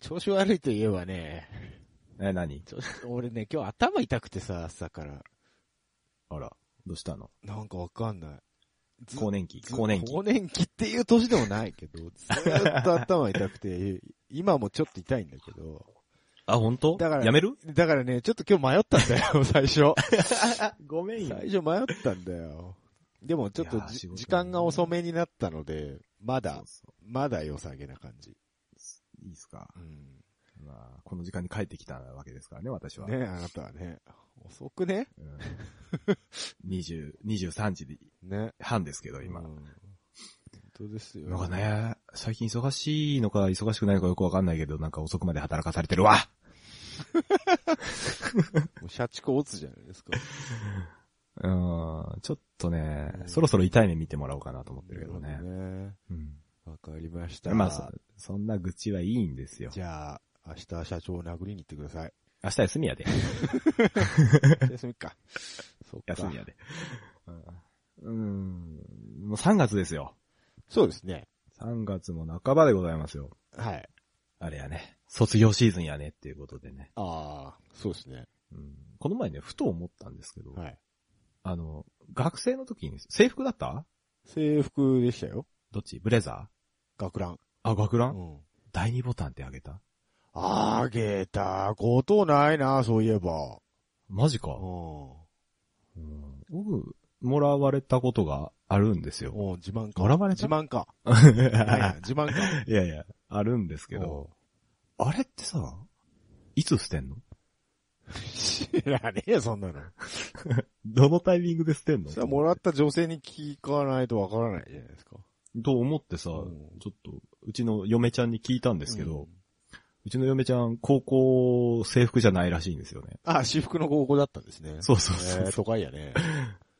調子悪いといえばね、え、何調子俺ね、今日頭痛くてさ、朝から。あら、どうしたのなんかわかんない。ず更年期ず更年期更年期っていう年でもないけど、ずーっと頭痛くて、 今もちょっと痛いんだけど。あ、本当だからやめるだからね、ちょっと今日迷ったんだよ、最初。ごめんよ。最初迷ったんだよ。でもちょっといやーじ仕事ね時間が遅めになったので、まそだう、そまだ良さげな感じ。ういいっすか。うん。まあ、この時間に帰ってきたわけですからね、私は。ねあなたはね。遅くねうん、20 23時ね。半ですけど、今。うん本当ですよ。なんかね、最近忙しいのか忙しくないのかよくわかんないけど、なんか遅くまで働かされてるわもう社畜落つじゃないですか。うーん、ちょっとね、うんそろそろ痛い目見てもらおうかなと思ってるけどなねる。ほねうん。わかりました。まあそ、そんな愚痴はいいんですよ。じゃあ、明日社長を殴りに行ってくださ い。明日休みやで。休みか。そっか。休みやで。 うん。うんもう3月ですよ。そうですね。 3月も半ばでございますよ。はい。あれやね。卒業シーズンやねっていうことでね。ああ、そうですね。うん、この前ね、ふと思ったんですけど、はい。あの、学生の時に制服だった制服でしたよ。どっちブレザ学ラン。ーあ、学うラン、ん。第2ボタンってあげたあげたことないな、そういえば。マジか。ううん僕、もらわれたことがあるんですよ。ん。うん、自慢か。もらわれ自た慢か。 はいはい自慢か。いやいや、あるんです けど、あれってさ、いつ捨てんの知らねえよ、そんなの。どのタイミングで捨てんのそれはもらった女性に聞かないとわからないじゃないですか。と思ってさ、ちうょんっと、うちの嫁ちゃんに聞いたんですけうど、うんちの嫁ちゃん、高校制服じゃないらしいんですよね。あ、私服の高校だったんですね。そうそううそう。都会やね。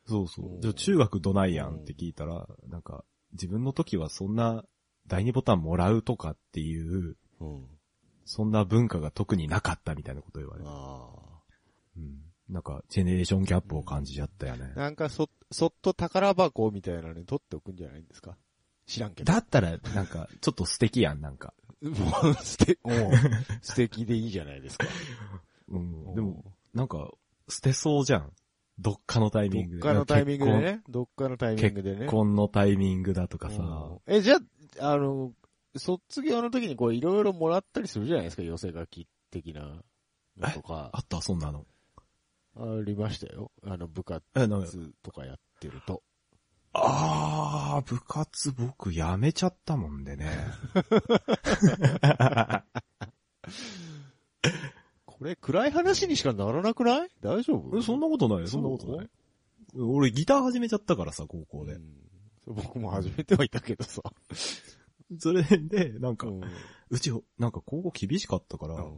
そうそう。じゃあ中学どないやんって聞いたら、なんか、自分の時はそんな、第二ボタンもらうとかっていう、うん。そんな文化が特になかったみたいなこと言われて。あうん。なんか、ジェネレーションギャップを感じちゃったよねあ。。なんかそ、そっと宝箱みたいなのに取っておくんじゃないんですか知らんけど。だったら、なんか、ちょっと素敵やん、なんか。 もう、素 敵、もう、素敵でいいじゃないですか。うん。でも、、なんか、捨てそうじゃん。どっかのタイどミングっで。かのタイミングでね。どっかのタイミングでね。結婚のタイミングだとかさ、うんえ、じゃあ、あの、卒業の時にこういろいろもらったりするじゃないですか、寄せ書き的なのとか。あった、そんなの。ありましたよ。あの、部活あのとかやってると。あー、部活僕辞めちゃったもんでね。これ暗い話にしかならなくない大丈夫 えそんなことない、そんなことない。俺ギター始めちゃったからさ、高校うで。んそう僕も始めてはいたけどさ。それで、なんかう、んうち、なんか高校厳しかったから、う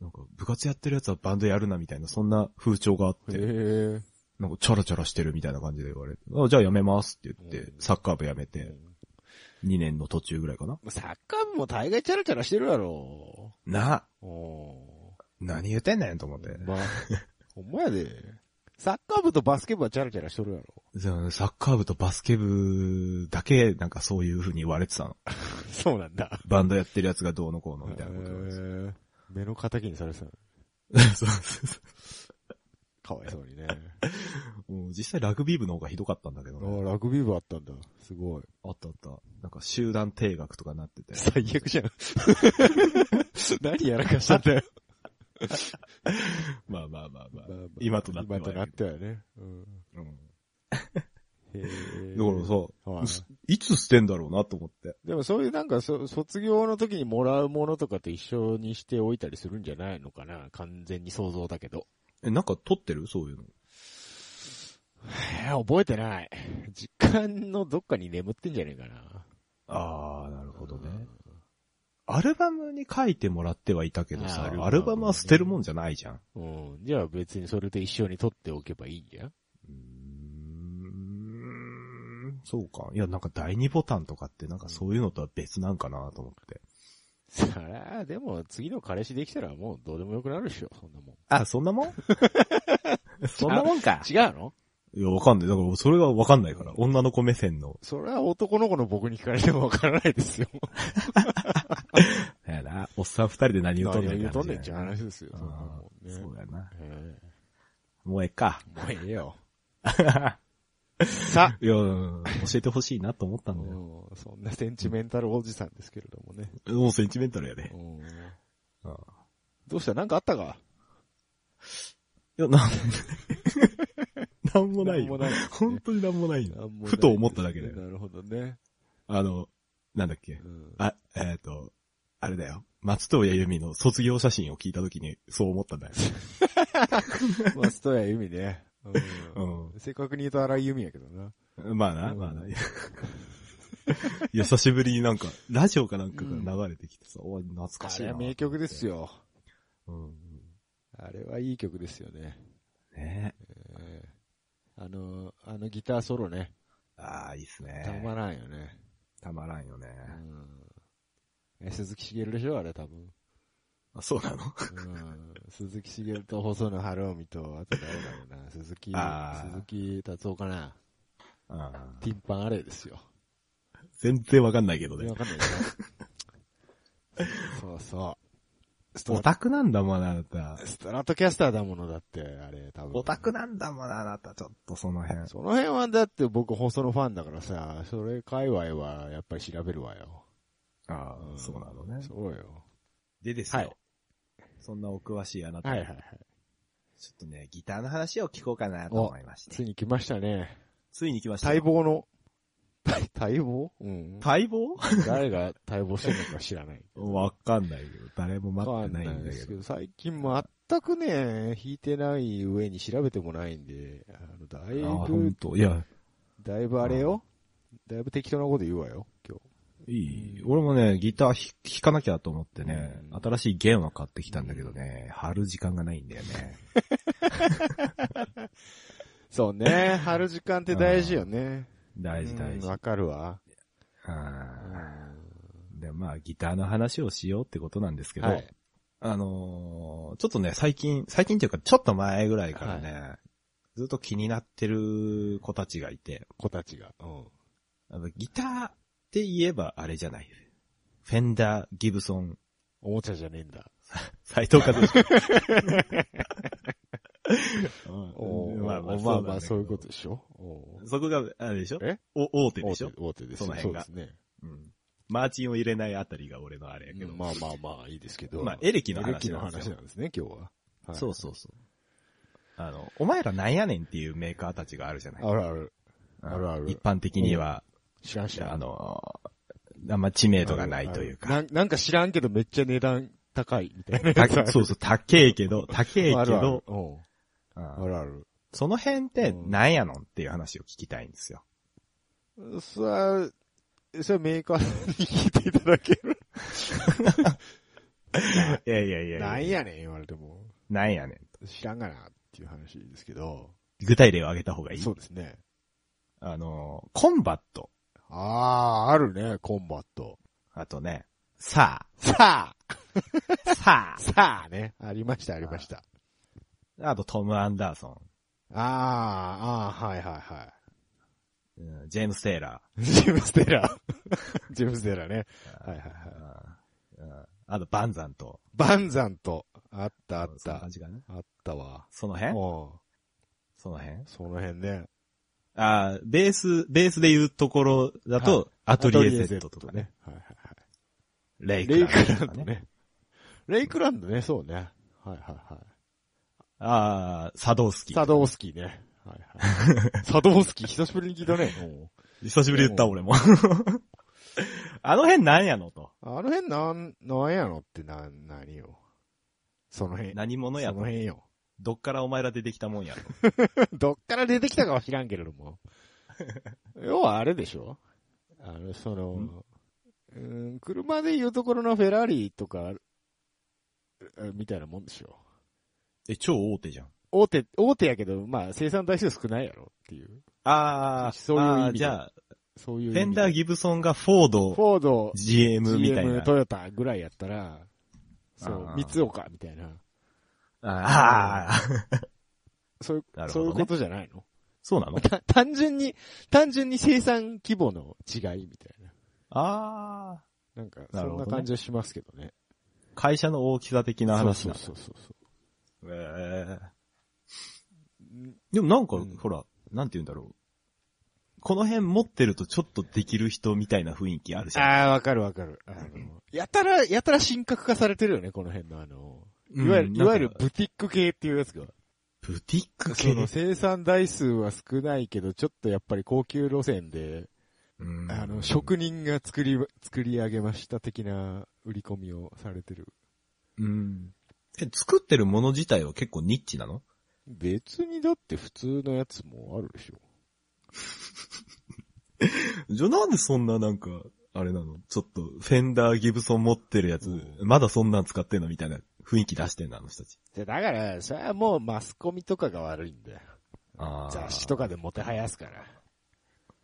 なんか部活やってるやつはバンドやるなみたいな、そんな風潮があっんへて、え。なんかチャラチャラしてるみたいな感じで言われて、あじゃあ辞めますって言っうてん、サッカー部辞めうてん、 2年の途中ぐらいかな。サッカー部も大概チャラチャラしてるやろ。な、お何言ってんねんと思って。まあ、 ほんまやで。サッカー部とバスケ部はチャラチャラしとるやろ。そうサッカー部とバスケ部だけ、なんかそういう風に言われてたの。そうなんだ。バンドやってるやつがどうのこうのみたいなこと言われてへー目の敵にされてたの。た そうそうそかわいそうにね。うもう実際ラグビー部の方がひどかったんだけどあね。ーラグビー部あったんだ。すごい。あったあった。なんか集団定額とかなってて。最悪じゃん。 何やらかしたんだよ。 まあまあまあまあ。まあまあ今となっては今となってはね。うん。うんへーだからさ、はいすいつ捨てんだろうなと思って。でもそういうなんかそ、卒業の時にもらうものとかと一緒にしておいたりするんじゃないのかな完全に想像だけど。え、なんか撮ってるそういうの。えー、覚えてない。実間のどっかに眠ってんじゃねえかな。ああ、なるほどうんね。アルバムに書いてもらってはいたけどあーアさルバム、ねアルバムは捨てるもんじゃないじゃん。うん。じゃあ別にそれと一緒に撮っておけばいいんじゃんうーんそうか。いや、なんか第二ボタンとかって、なんかそういうのとは別なんかなと思って。そら、でも次の彼氏できたらもうどうでもよくなるでしょ、そんなもん。あ、そんなも んそんなもんか。違うのいや、わかんない。だから、それがわかんないから。女の子目線の。それは男の子の僕に聞かれてもわからないですよ。やな、おっさん二人で何言うとんねん何を言うとんねんっってて話話ですよ。そんなあもんーねそうやな。えもうええか。えもうええ よ。さいや、教えてほしいなと思ったんだよ。うんそんなセンチメンタルおじさんですけれどもね。もうセンチメンタルやで。うんうんどうしたなんかあったかいや、 なん、なんもないんもよ。ない。本当になんもないなんよもないです ふと思っただけだよなるほどね。あの、なんだっけう。んあ、えっ、と、あれだよ。松任谷由実の卒業写真を聞いたときにそう思ったんだよ。まあ、ストや由美ね。う。うん正確に言うと荒井由美やけどな。ん。まあな、まあな。い や、久しぶりになんか、ラジオかなんかが流れてきてさ、おい懐かしあいれな。は名曲ですよ。よ。うん。あれはいい曲ですよね。ねええあの、あのギターソロね。ああ、いいっすね。たまらんよね。たまらんよね。うん。え鈴木茂でしょあれ多分。あ、そうなのうん。鈴木茂と細野晴臣と、あと誰だろうな。鈴木、あー鈴木達夫かな。あーティンパンアレイですよ。全然わかんないけどねわ。かんないでし ょそうそう。ストオラタクなんだもんな、あなた。ストラトキャスターだものだって、あれ、多分。オタクなんだもんな、あなた。ちょっとその辺。その辺はだって僕放送のファンだからさ、それ界隈はやっぱり調べるわよ。あんあ、そうなのね。そうよ。でですはいそんなお詳しいあなた。はいはいはい。ちょっとね、ギターの話を聞こうかなと思いまして。ついに来ましたね。ついに来ました待よ。望の、待待望うん。待望誰が待望してるのか知らない。わかんないけど、誰もわ待かってんなないいんんでだけすけど。ど、最近全くね、弾いてない上に調べてもないんで、あのだいああ、ほぶんと。いや、だいぶあれよ。だいぶ適当なこと言うわよ、今いい。俺もね、ギターひ弾かなきゃと思ってね、うん新しい弦は買ってきたんだけどね、貼る時間がないんだよね。日。そうね、 貼る時間って大事よね。大事大うん事。わかるわ。あーで、まあ、ギターの話をしようってことなんですけど、はい。あのーちょっとね、最近、最近っていうか、ちょっと前ぐらいからね、ずっと気になってる子たちがいて、子たちが。うん。あのギターって言えばあれじゃない。フェンダー、ギブソン、おもちゃじゃねえんだ。斎藤和之。おーまあまあ、そういうこと。でしょ。おーそこが、あれでしょえお大手でしょ大手大手ですそよの辺がそうですね。うんマーチンを入れないあたりが俺のあれやけど。うんまあまあまあ、いいですけど。まあ、エレキのエレキの話なんです話よなんですね、今日は。はいそうそうそう。あの、お前らなんやねんっていうメーカーたちがあるじゃないあるある。うんあるある一般的には、知らん知らん。あの、あんま知名度がないというあか。る。あるなんなんか知らんけどめっちゃ値段高いみたいなやつあたる。そうそう、高えけど、高えけあるあるど。、うんうんあるある。その辺ってなんやのんっていう話を聞きたいんですよ。それは、それはメーカーに聞いていただける。 いやいやいやないんや。やねん言われても。なんやねんと。知らんがなっていう話ですけど。具体例を挙げた方がいいそうですね。あの、コンバット。あー、あるね、コンバット。あとね、ささあ、 さあさあね。ありました、ありました。あ。あとトム・アンダーソあー、あー、はいはいはい。ン、うんジェームス・テイラジェームス・テラー。ジェームス・テラーね。ー。はいはいはい。うんうんあと、バンザンと。バンザンと、あったあっそんなた感。じかな。あったわ。そのうん辺。その辺その辺ね。あーベース、ベースで言うところだはと、アトリエセットとかアトリエね。。はいはいはい。レイクレイクランラドとンかドね。ね。レイクランドね、そうね。はいはいはああ、サドウスキい。ー。サドウスキーね。はいはい。 サドウスキー、久しぶりに聞いたね。久しぶり言った、俺も。 あの辺なんやのと。あの辺なん、なんやのってな、何よ。その辺。何者やそのと。辺よ。 どっからお前ら出てきたもんやと。どっから出てきたかは知らんけれど も。要はあれでしょあの、その、うん、車で言うところのフェラーリとか、えみたいなもんでしょ。え、超大手じゃん。大手、大手やけど、まあ生産台数少ないやろっていう。ああ、そういう意味であーじゃあ、そういう意味フで。ェンダー・ギブソンがフォーフド、ォード、 GM みたい GM、な。トヨタぐらいやったら、そあうー、三岡みたいな。ああ、そういう、なるほそうどいねうことじゃないのそう なのた単純に、単純に生産規模の違いみたいな。ああ、なんか、なそるほんどねな感じはしますけどね。会社の大きさ的な話なの。そうそうそうそう。ええでもなんか、うんほら、なんて言うんだろう。この辺持ってるとちょっとできる人みたいな雰囲気あるじゃん。ああ、わかるわかる。あの、やたら、やたら深刻化されてるよね、この辺のあの、いわゆる、うんいわゆるなんかブティック系っていうやつが。ブティックそ系の生産台数は少ないけど、ちょっとやっぱり高級路線で、うんあの、職人が作り、作り上げました的な売り込みをされてる。うん。え、作ってるもの自体は結構ニッチなの別にだって普通のやつもあるでしょ。じゃあなんでそんななんか、あれなのちょっと、フェンダー、ギブソン持ってるやつ、うんまだそんなん使ってんのみたいな雰囲気出してんのあの人たち。じゃだから、それはもうマスコミとかが悪いんだよ。あー雑誌とかでもてはやすから。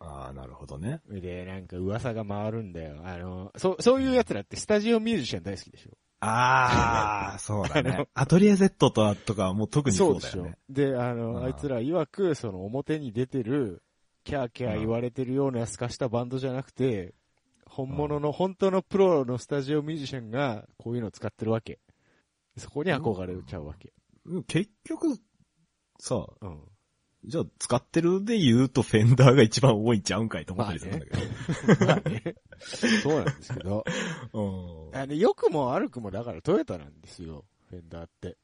ああ、なるほどね。で、なんか噂が回るんだよ。あの、そう、そういう奴らってスタジオミュージシャン大好きでしょ。 ああ、そうだあねの。アトリエ Z とはとかはもう特にそうでだしよょね。。で、あうの、んあいつら曰く、その表に出てる、キャーキャー言われてるような透かしたバンドじゃなくて、本物の、本当のプロのスタジオミュージシャンが、こういうのを使ってるわけ。そこに憧れちゃうわけ。うん結局、さ、うん。じゃあ使ってるで言うとフェンダーが一番多いんちゃうんかいと思ったりするんだけど。まあね。そうなんですけど。うんあの、良くも悪くもだからトヨタなんですよ。フェンダーって。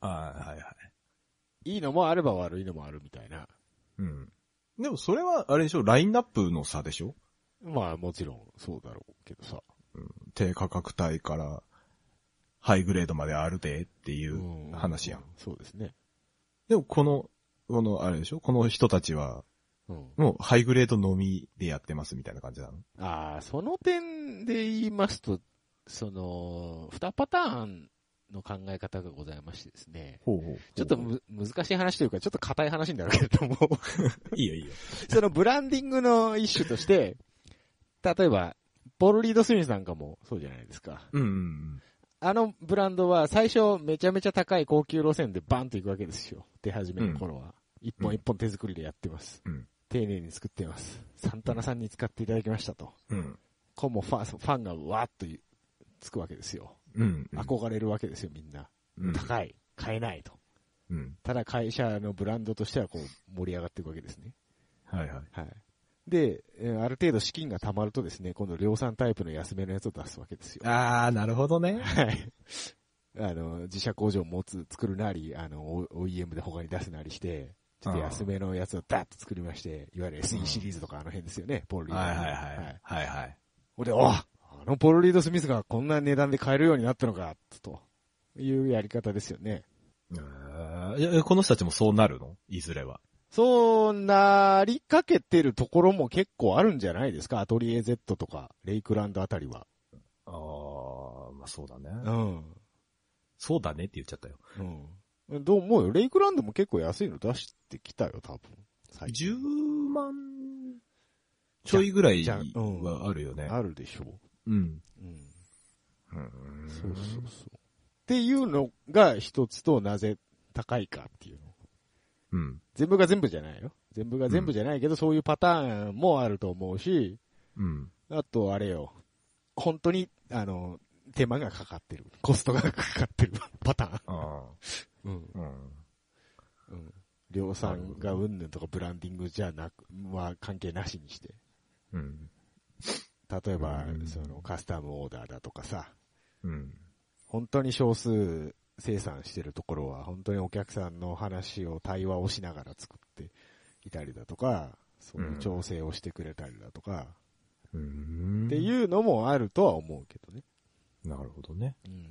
あーはいはい。いいのもあれば悪いのもあるみたいな。うん。でもそれは、あれでしょラインナップの差でしょまあもちろんそうだろうけどさ。低価格帯から、ハイグレードまであるでっていう話やん。。そうですね。でもこの、この、あれでしょこの人たちは、うん。もうハイグレードのみでやってますみたいな感じなのああ、その点で言いますと、その、二パターンの考え方がございましてですね。ほうほう。ちょっとむ難しい話というか、ちょっと硬い話になるけれども、 いいよいいよ。そのブランディングの一種として、例えば、ポール・リード・スミスなんかもそうじゃないですか。うんうんあのブランドは最初めちゃめちゃ高い高級路線でバンと行くわけですよ。出始めの頃は。一本一本手作りでやってます。うん丁寧に作ってます。サンタナさんに使っていただきましたと。うん。うん。こうもファン、ファンがわーっと言うつくわけですよ。うん。憧れるわけですよ、みんな。うん。高い。買えないと。うん。ただ会社のブランドとしてはこう盛り上がっていくわけですね。はいはい。はい。で、えーある程度資金が貯まるとですね、今度量産タイプの安めのやつを出すわけですよ。あー、なるほどね。はい。あの、自社工場を持つ、作るなり、あの、O- OEM で他に出すなりして、ちょっと安めのやつをダッと作りまして、いわゆる SE シリーズとかあの辺ですよね、ポールリード。はいはいはい。。はいはい。ほんで、おあのポールリード・スミスがこんな値段で買えるようになったのか、というやり方ですよね。えーえこの人たちもそうなるのいずれは。そうなりかけてるところも結構あるんじゃないですかアトリエ Z とか、レイクランドあたりは。あー、まあそうだね。ん。そうだねって言っちゃったよ。うん。どう思うよ。レイクランドも結構安いの出してきたよ、多分。最近10万ちょいぐらいじゃじゃうんはあるよね。あるでしょう。うん。うん。うんそうそうそう。っていうのが一つとなぜ高いかっていうの。うん。全部が全部じゃないよ。全部が全部じゃないけど、そういうパターンもあると思うし、うん。あとあれよ。本当に、あの、手間がかかってる。コストがかかってる パターン。あうん。あ。うん。うん。量産がうんぬんとかブランディングじゃなく、は関係なしにして。うん。例えばう、んそのカスタムオーダーだとかさ。うん。本当に少数生産してるところは、本当にお客さんの話を、対話をしながら作っていたりだとか、そういう調整をしてくれたりだとか、うん。っていうのもあるとは思うけどね。なるほどね。うん。い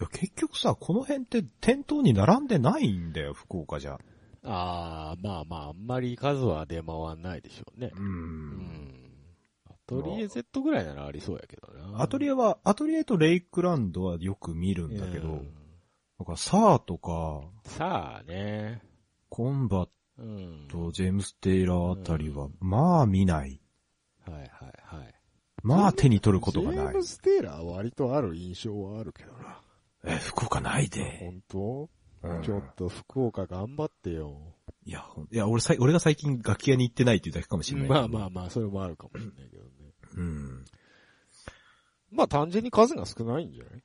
や、結局さ、この辺って店頭に並んでないんだよ、福岡じゃ。ああ、まあまあ、あんまり数は出回んないでしょうね。うう。んん。アトリエ Z ぐらいならありそうやけどな。アトリエエは、アトリエとレイクランドはよく見るんだけど、なんかサーとか、さあね。コンバッうん。ト、ジェームス・テイラーあたりは、まあ見ない。はいはいはい。まあ手に取ることがジェなーいム。ス・テイラーは割とある印象はあるけどな。え、福岡ないで。本当うんちょっと福岡頑張ってよ。いや、ほんいや、俺さい、俺が最近楽器屋に行ってないっていうだけかもしれない。まあまあ。まあ、それもあるかもしれないけどね。うん。まあ単純に数が少ないんじゃない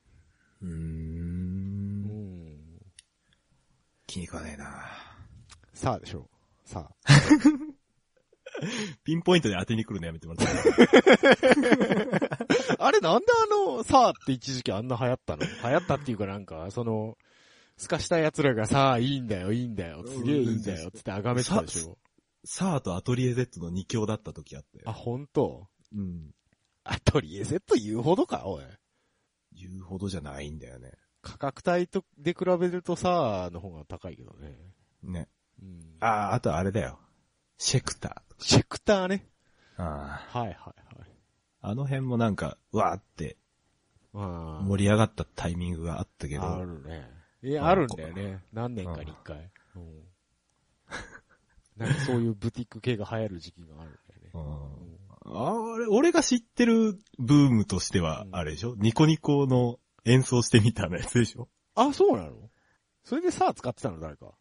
うー。うんん。気に食わねえなさあでしょう。さあ。ピンポイントで当てに来るのやめてもらっていい。 あれなんであの、さあって一時期あんな流行ったの流行ったっていうかなんか、その、すかした奴らがさあいいんだよ、いいんだよ、すげえいいんだよ、つって崇めてたでしょ。サーとアトリエ Z の二強だった時あって。あ、ほんとうん。アトリエ Z 言うほどか、おい。言うほどじゃないんだよね。価格帯とで比べるとさあの方が高いけどね。ね。うん、ああ、あとあれだよ。シェクターとか。シェクターね。あはいはいはい。あ。あの辺もなんか、わーってあ盛り上がったタイミングがあったけああど、るね。いや、ああるんだよね。何年かに一回。うんなんかそういうブティック系が流行る時期があるんだよね。うんあれ、俺が知ってるブームとしてはう、んあれでしょ、ニコニコの演奏してみたのやつでしょあ、そうなのそれでさあ使ってたの誰か。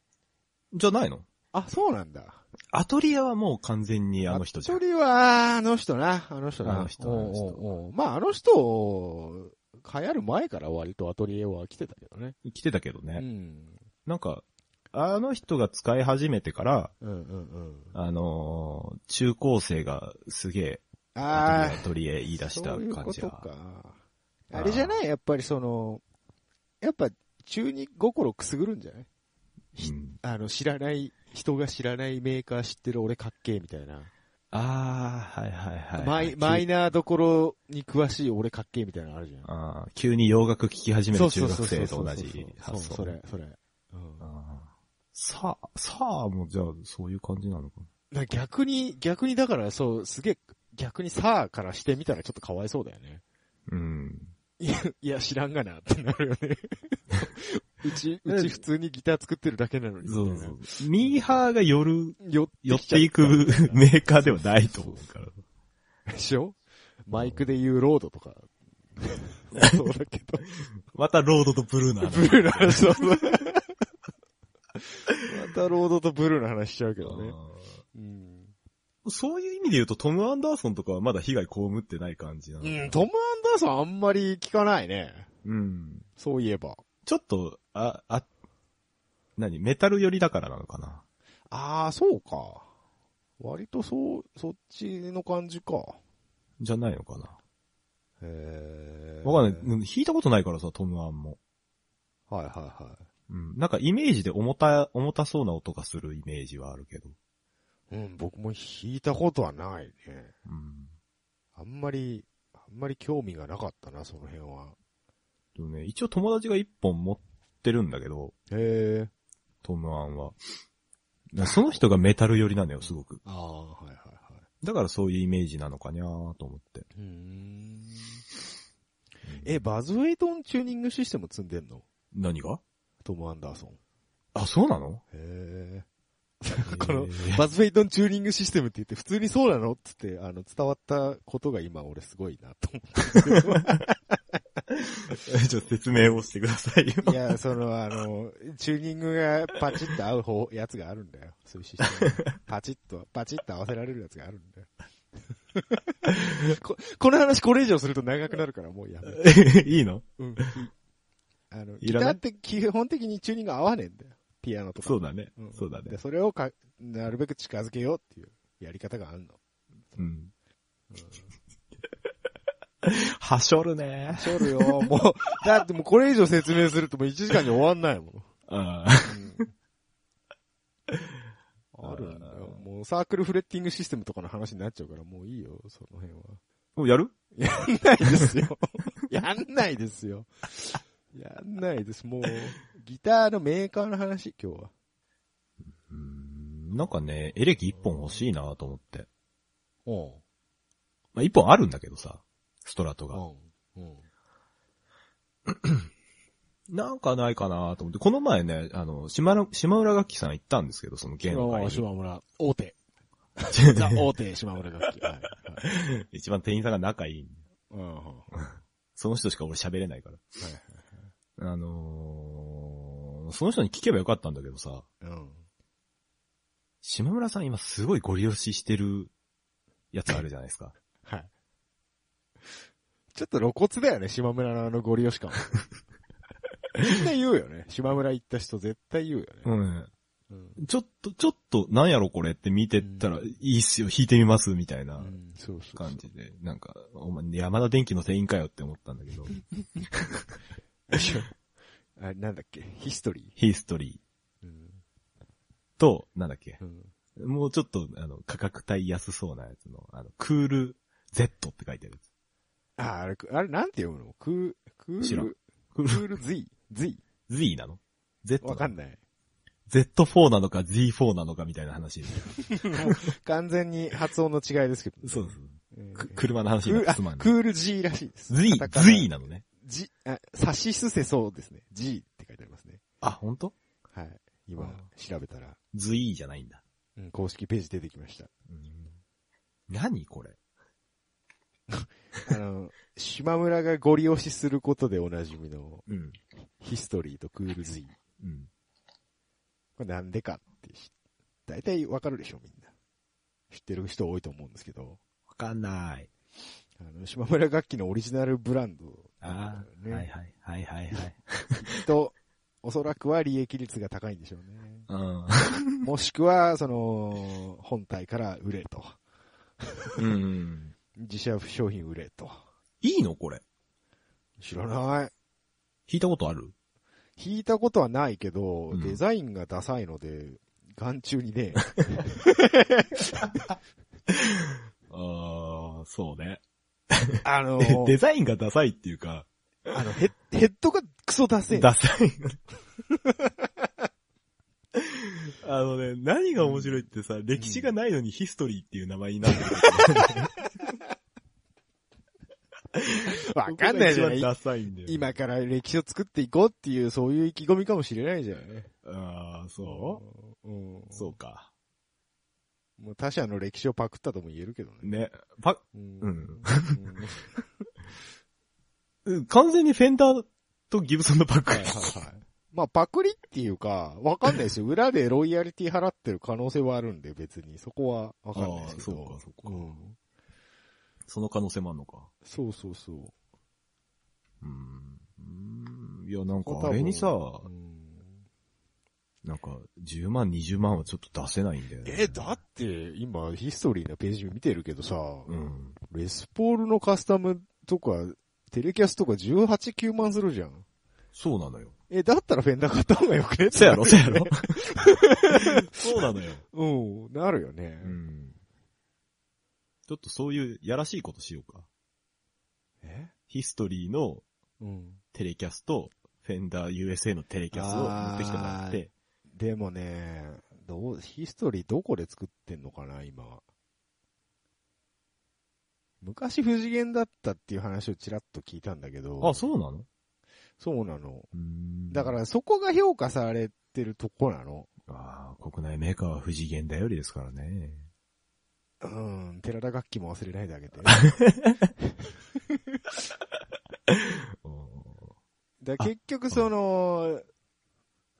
じゃないのあ、そうなんだ。アトリエはもう完全にあの人じゃん。一人は、あの人な。あの人な。あの人おうおうおうまあ、あの人、流行る前から割とアトリエは来てたけどね。来てたけどうね。ん。なんか、あの人が使い始めてから、うんうんうん。あのー中高生がすげえ、アああ、トリエ言い出したそういう感こじとが。か。あれじゃないやっぱりその、やっぱ中に心くすぐるんじゃないうんあの、知らない、人が知らないメーカー知ってる俺かっけえみたいな。ああ、はいはいはい。マイマイナーどころに詳しい俺かっけえみたいなのあるじゃん。あー急に洋楽聴き始めそるうそ中うそうそう学生そとう同じ発そ想。うそれ、それ。うんああさあ、さあもじゃあそういう感じなのかな。だから逆に、逆にだからそう、すげえ、逆にさあからしてみたらちょっとかわいそうだよね。 うん。いや、いや知らんがなってなるよね。 うち、うち普通にギター作ってるだけなのに。そうそう。ミーハーが寄る、寄っ 寄てっきちゃていくメーカーではないと思うから。でしょマイクで言うロードとか。 そうだけど。またロードとブルーなブルーの話そう そう。またロードとブルーの話しちゃうけどね。うん。そういう意味で言うとトム・アンダーソンとかはまだ被害被ってない感じなのかなうん、トム・アンダーソンあんまり聞かないね。うん。そういえば。ちょっと、あ、あ、何メタル寄りだからなのかなああ、そうか。割とそう、そっちの感じか。じゃないのかなへわかんない。い。うん弾いたことないからさ、トム・アンも。はいはいはうん。なんかイメージで重た、重たそうな音がするイメージはあるけど。い。うん、僕も弾いたことはないね。うん。あんまり、あんまり興味がなかったな、その辺は。でもね、一応友達が一本持ってるんだけど、へえ。トム・アンは。だからその人がメタル寄りなのよ、すごく。ああ、はいはいはだからそういうイメージなのかにゃーと思って。い。うん。え、バズウェイトンチューニングシステム積んでんの何がトム・アンダーソン。あ、そうな のへえ。この え、ーバズウェイトンチューニングシステムって言って、普通にそうなのっつって、あの、伝わったことが今俺すごいなと思って。ちょっと説明をしてくださいよ。いや、その、あの、チューニングがパチッと合う方、やつがあるんだよ。そういうシステム。パチッと、パチッと合わせられるやつがあるんだよ。ここの話これ以上すると長くなるからもうやめる。いいのうん。あの、いギタらなーいって基本的にチューニング合わねえんだよ。ピアノとか。そうだねん。そうだでね。それをか、なるべく近づけようっていうやり方があるの。うん。 はしょるね。しょるよ、もう。だってもうこれ以上説明するともう1時間に終わんないもん。ああるんだよ。もうサークルフレッティングシステムとかの話になっちゃうからもういいよ、その辺は。もうやるやんないですよ。 やんないですよ。やんないです。もう、ギターのメーカーの話、今日は。うんなんかね、エレキ一本欲しいなと思って。おまあ、一本あるんだけどさ、ストラトが。うん。うん。なんかないかなと思って、この前ね、あの、島の島浦楽器さん行ったんですけど、その弦を買いに。島村。大手。ザ大手島村楽器。はい。はい 一番店員さんが仲いい。うん。はいその人しか俺喋れないから。あのー、その人に聞けばよかったんだけどさ、うん。島村さん今すごいご利用ししてるやつあるじゃないですか。 はい。ちょっと露骨だよね、島村のあのゴリ押し感。みんな言うよね。島村行った人絶対言うようね。ん。うん。ちょっと、ちょっと、なんやろこれって見てったら、いいっすよ、弾いてみます、みたいなうんそうそうそう感じで。なんか、お前、山田電機の店員かよって思ったんだけど、 あ、なんだっけ、ヒストリヒストリー。うん。ーと、なんだっけ、うん。もうちょっと、あの、価格帯安そうなやつの、あの、クール Z って書いてあるやつ。あ、あれ、あれなんて読むのクー、ク知ーらんル、ククールール Z、Z。 Z なの ?Z なのわかんない。 Z4 なのか Z4 なのかみたいな話。完全に発音の違いですけど。そうです。えーく車の話クーがル、あつまんクない。ール G らしいです。 Z カタ、カナ Z なのね。 G、あ、差しすせそうですね。G って書いてありますね。あ、本当？はい。今、調べたら、 Z じゃないんだ。うん公式ページ出てきました。何これあの、島村がゴリ押しすることでおなじみのうん。ヒストリーとクール Z。うん。これなんでかってし、大体わかるでしょ、みんな。知ってる人多いと思うんですけど、わかんない。あの、島村楽器のオリジナルブランドあなんあ、だよはいね。はい、はいはいはい。と、おそらくは利益率が高いんでしょう ね。うん。もしくは、その、本体から売れと。うん。自社商品売れと。いいのこれ。知らない。聞いたことある弾いたことはないけど、うんデザインがダサいので、眼中に ね、ああ、そうね。あのでデー、ザインがダサいっていうか、あのヘッ、ヘッドがクソダセえ。ダサい。あのね、何が面白いってさ、歴史がないのにヒストリーっていう名前になってる。 わかんないじゃないここが一番ダサいんだよね。今から歴史を作っていこうっていう、そういう意気込みかもしれないじゃないああ、そうん。うそうか。う。もう他社の歴史をパクったとも言えるけどね。ね。パ、うんううんんうん完全にフェンダーとギブソンのパック はいはいはい。まあ、パクリっていうか、わかんないですよ。裏でロイヤリティ払ってる可能性はあるんで、別に。そこはわかんないですけど。ああそうかそうかんその可能性もあるのか。そうそうそう。うん。うんいや、なんかあれにさ、うんなんか、10万、20万はちょっと出せないんだよね。え、だって、今、ヒストリーのページ見てるけどさ、うん。レスポールのカスタムとか、テレキャスとか18、9万するじゃん。そうなのよ。え、だったらフェンダー買った方がよくねそやろ、 そやろ。そうなのよ。うん、なるよね。うん。ちょっとそういうやらしいことしようか。えヒストリーのうん。テレキャスと、フェンダー USA のテレキャスを持ってきてもらって、でもね、どう、ヒストリーどこで作ってんのかな、今。昔不次元だったっていう話をちらっと聞いたんだけど。あ、そうなのそうなの。うんだからそこが評価されてるとこなの。ああ、国内メーカーは不次元だよりですからね。うん、寺田楽器も忘れないであ げて。だ結局その、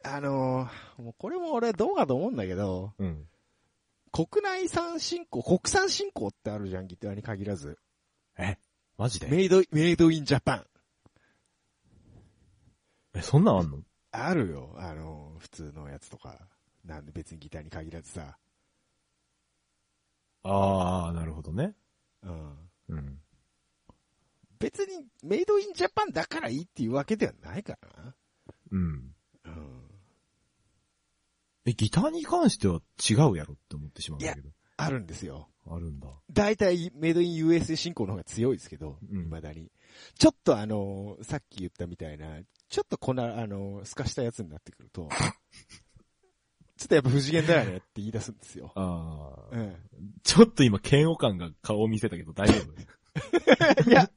あの、もうこれも俺どうかと思うんだけど、うん。国内産振興、国産振興ってあるじゃん、ギターに限らず。え、マジでメイド、メイドインジャパン。え、そんなんあんのあるよ、あの、普通のやつとか。なんで別にギターに限らずさ。ああ、なるほどね。うん。うん。別にメイドインジャパンだからいいっていうわけではないからうん。な。うん。え、ギターに関しては違うやろって思ってしまうんだけど。あるんですよ。あるんだ。大体メイドイン USA 進行の方が強いですけど、うん未だに。ちょっとあの、さっき言ったみたいな、ちょっとこんな、あの、透かしたやつになってくる と、ちょっとやっぱ不次元だよねって言い出すんですよ。ああ、うん。ちょっと今、嫌悪感が顔を見せたけど大丈いや、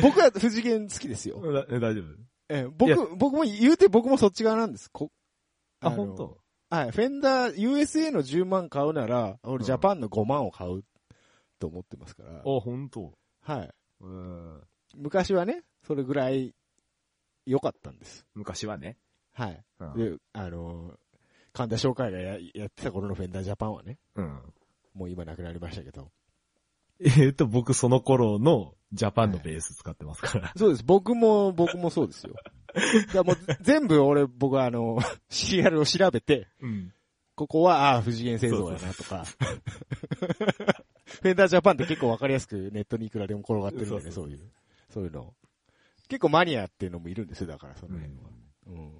僕は不次元好きですよ。夫 だえ大丈夫ええ、いや僕、僕も言うて僕もそっち側なんです。こあ、の本当。はい、フェンダー、USA の10万買うなら、うん俺ジャパンの5万を買うと思ってますから。あ、本当。はい。うん。昔はね、それぐらい良かったんです。昔はね。はい。うん。で、あのー神田商会がややってた頃のフェンダージャパンはね、うんもう今なくなりましたけど。えっと、僕その頃のジャパンのベース使ってますから。そうです。僕も、僕もそうですよ。いやもう全部俺、僕はあの、シリアルを調べて、 うん。ここは、ああ、不次元製造やなとか。フェンダージャパンって結構わかりやすくネットにいくらでも転がってるんでね、そそうそうそうういう。そういうの。結構マニアっていうのもいるんですよ、だからそのう辺んは。うん。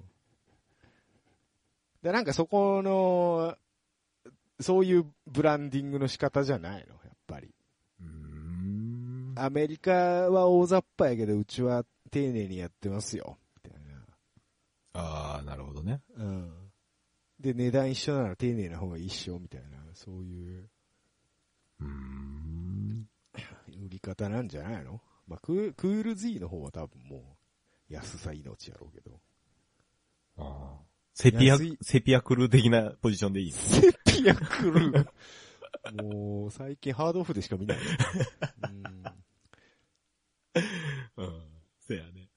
で、なんかそこの、そういうブランディングの仕方じゃないの、やっぱり。うーん。アメリカは大雑把やけど、うちは丁寧にやってますよ、みたいな。ああ、なるほどね。うん。で、値段一緒なら丁寧な方が一緒みたいな、そういううーん。売り方なんじゃないのまあ、クークール Z の方は多分もう、安さ命やろうけど。ああ。セピア安い、セピアクル的なポジションでいい。セピアクルもう、最近ハードオフでしか見ない。うん。せやね。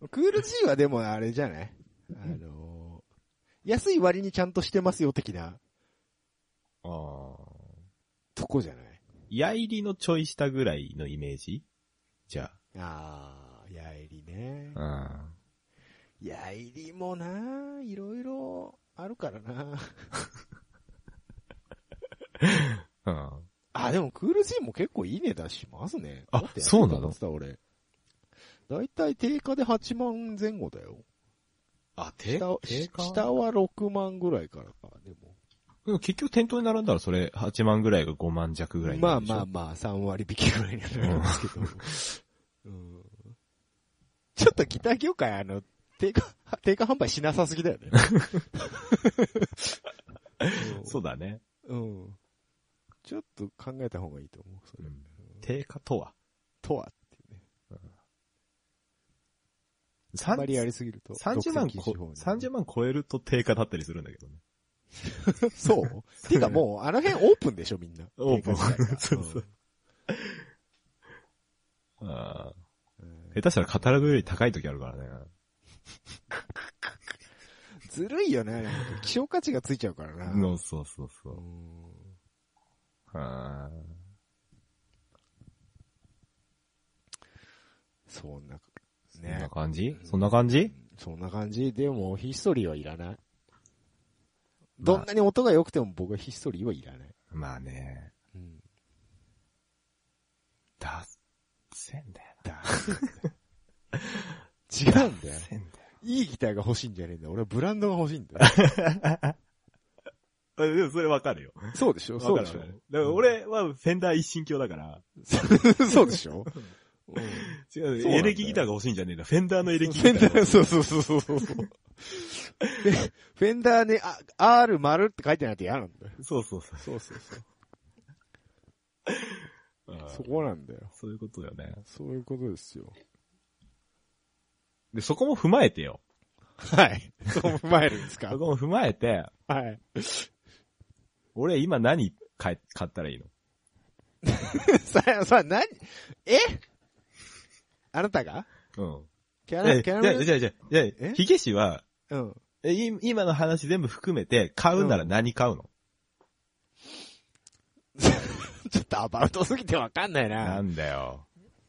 うん、クール G はでもあれじゃないあのー安い割にちゃんとしてますよ的なああ。とこじゃない矢入りのちょい下ぐらいのイメージじゃあー、やえりね。あ。やえりもないろいろあるからなうん。うん。あ、でもクール G も結構いい値段しますね。あだってそうなのやってた俺。だいたい定価で8万前後だよ。あ、定下は下は6万ぐらいからか、でも。でも結局店頭に並んだらそれ8万ぐらいが5万弱ぐらいにまなあるでしょまあまあ、3割引きぐらいにはなるんですけ ど。うんちょっとギター業界、あの、定価、定価販売しなさすぎだよね。 そうだね。うん。うん。ちょっと考えた方がいいと思う、それ。定価とはとはっていうね。あんまりやりすぎると。 30万独占禁止法こに、 30万超えると定価だったりするんだけどね。 そうてかもう、あの辺オープンでしょ、みんな。オープン定価自体が そうそうああ。うん下手したらカタログより高い時あるからね。ずるいよね。なんか希少価値がついちゃうからな。のそうそうそうう。んああ。そんな、そんなね。感じそんな感じそんな感じ。でも、ヒストリーはいらない。まあどんなに音が良くても僕はヒストリーはいらない。まあね。うん。出せんだよだ違うんだな。よ出。せんだよ。いいギターが欲しいんじゃねえんだよ。俺はブランドが欲しいんだよ。あでも それわかるよ。そうでしょそうでしょわかるわかるだから俺はフェンダー一神教だから、 そうでしょうん違うそうなんだよエレキギターが欲しいんじゃねえんだ。フェンダーのエレキギフェンターがダ欲しい。ー、そうそうそうそうそう。フェフェンダーね、あ R 丸って書いてないと嫌なんだよ。そうそうそう。そうそうそう。あーそこなんだよ。そういうことだよね。そういうことですよ。で、そこも踏まえてよ。はい。そう踏まえるんですかそこも踏まえて、はい。俺今何買え買ったらいいのさあ、さあ、何えあなたがうん。キャえ、ラ、じキゃャあ、ラじゃあ、じゃあ、じゃあえヒゲ氏は、うん。えい今の話全部含めて、買うなら何買うの、ちょっとアバウトすぎてわかんないなな。んだよ。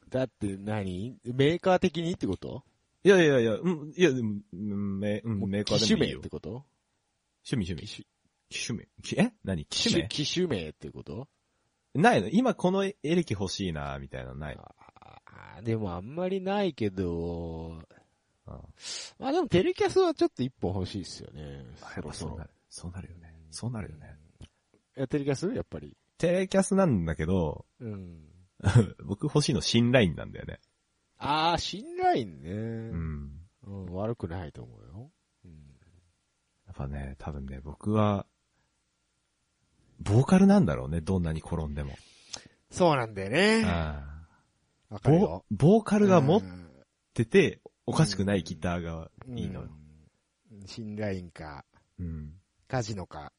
だって何メーカー的にってこといやいやいや、うん、いや、でも、うん、メうんメーカーで機も種いい名よっ。てこと趣味趣味。機種名。きえ何機種名機種名ってことないの今このエレキ欲しいなみたいなのないのあーでもあんまりないけど、うんまあでもテレキャスはちょっと一本欲しいですよね。やっぱそうなる。そうなるよね。そうなるよね。いや、テレキャスやっぱり。テレキャスなんだけど、うん。僕欲しいの新ラインなんだよね。ああ、信頼ね、ううん。ん。悪くないと思うよ。うん。やっぱね、多分ね、僕は、ボーカルなんだろうね、どんなに転んでも。そうなんだよね。あわかるボよ。ボーカルが持っうんてて、おかしくないギターがいいのよ。。うん信頼か、うん。カジノか。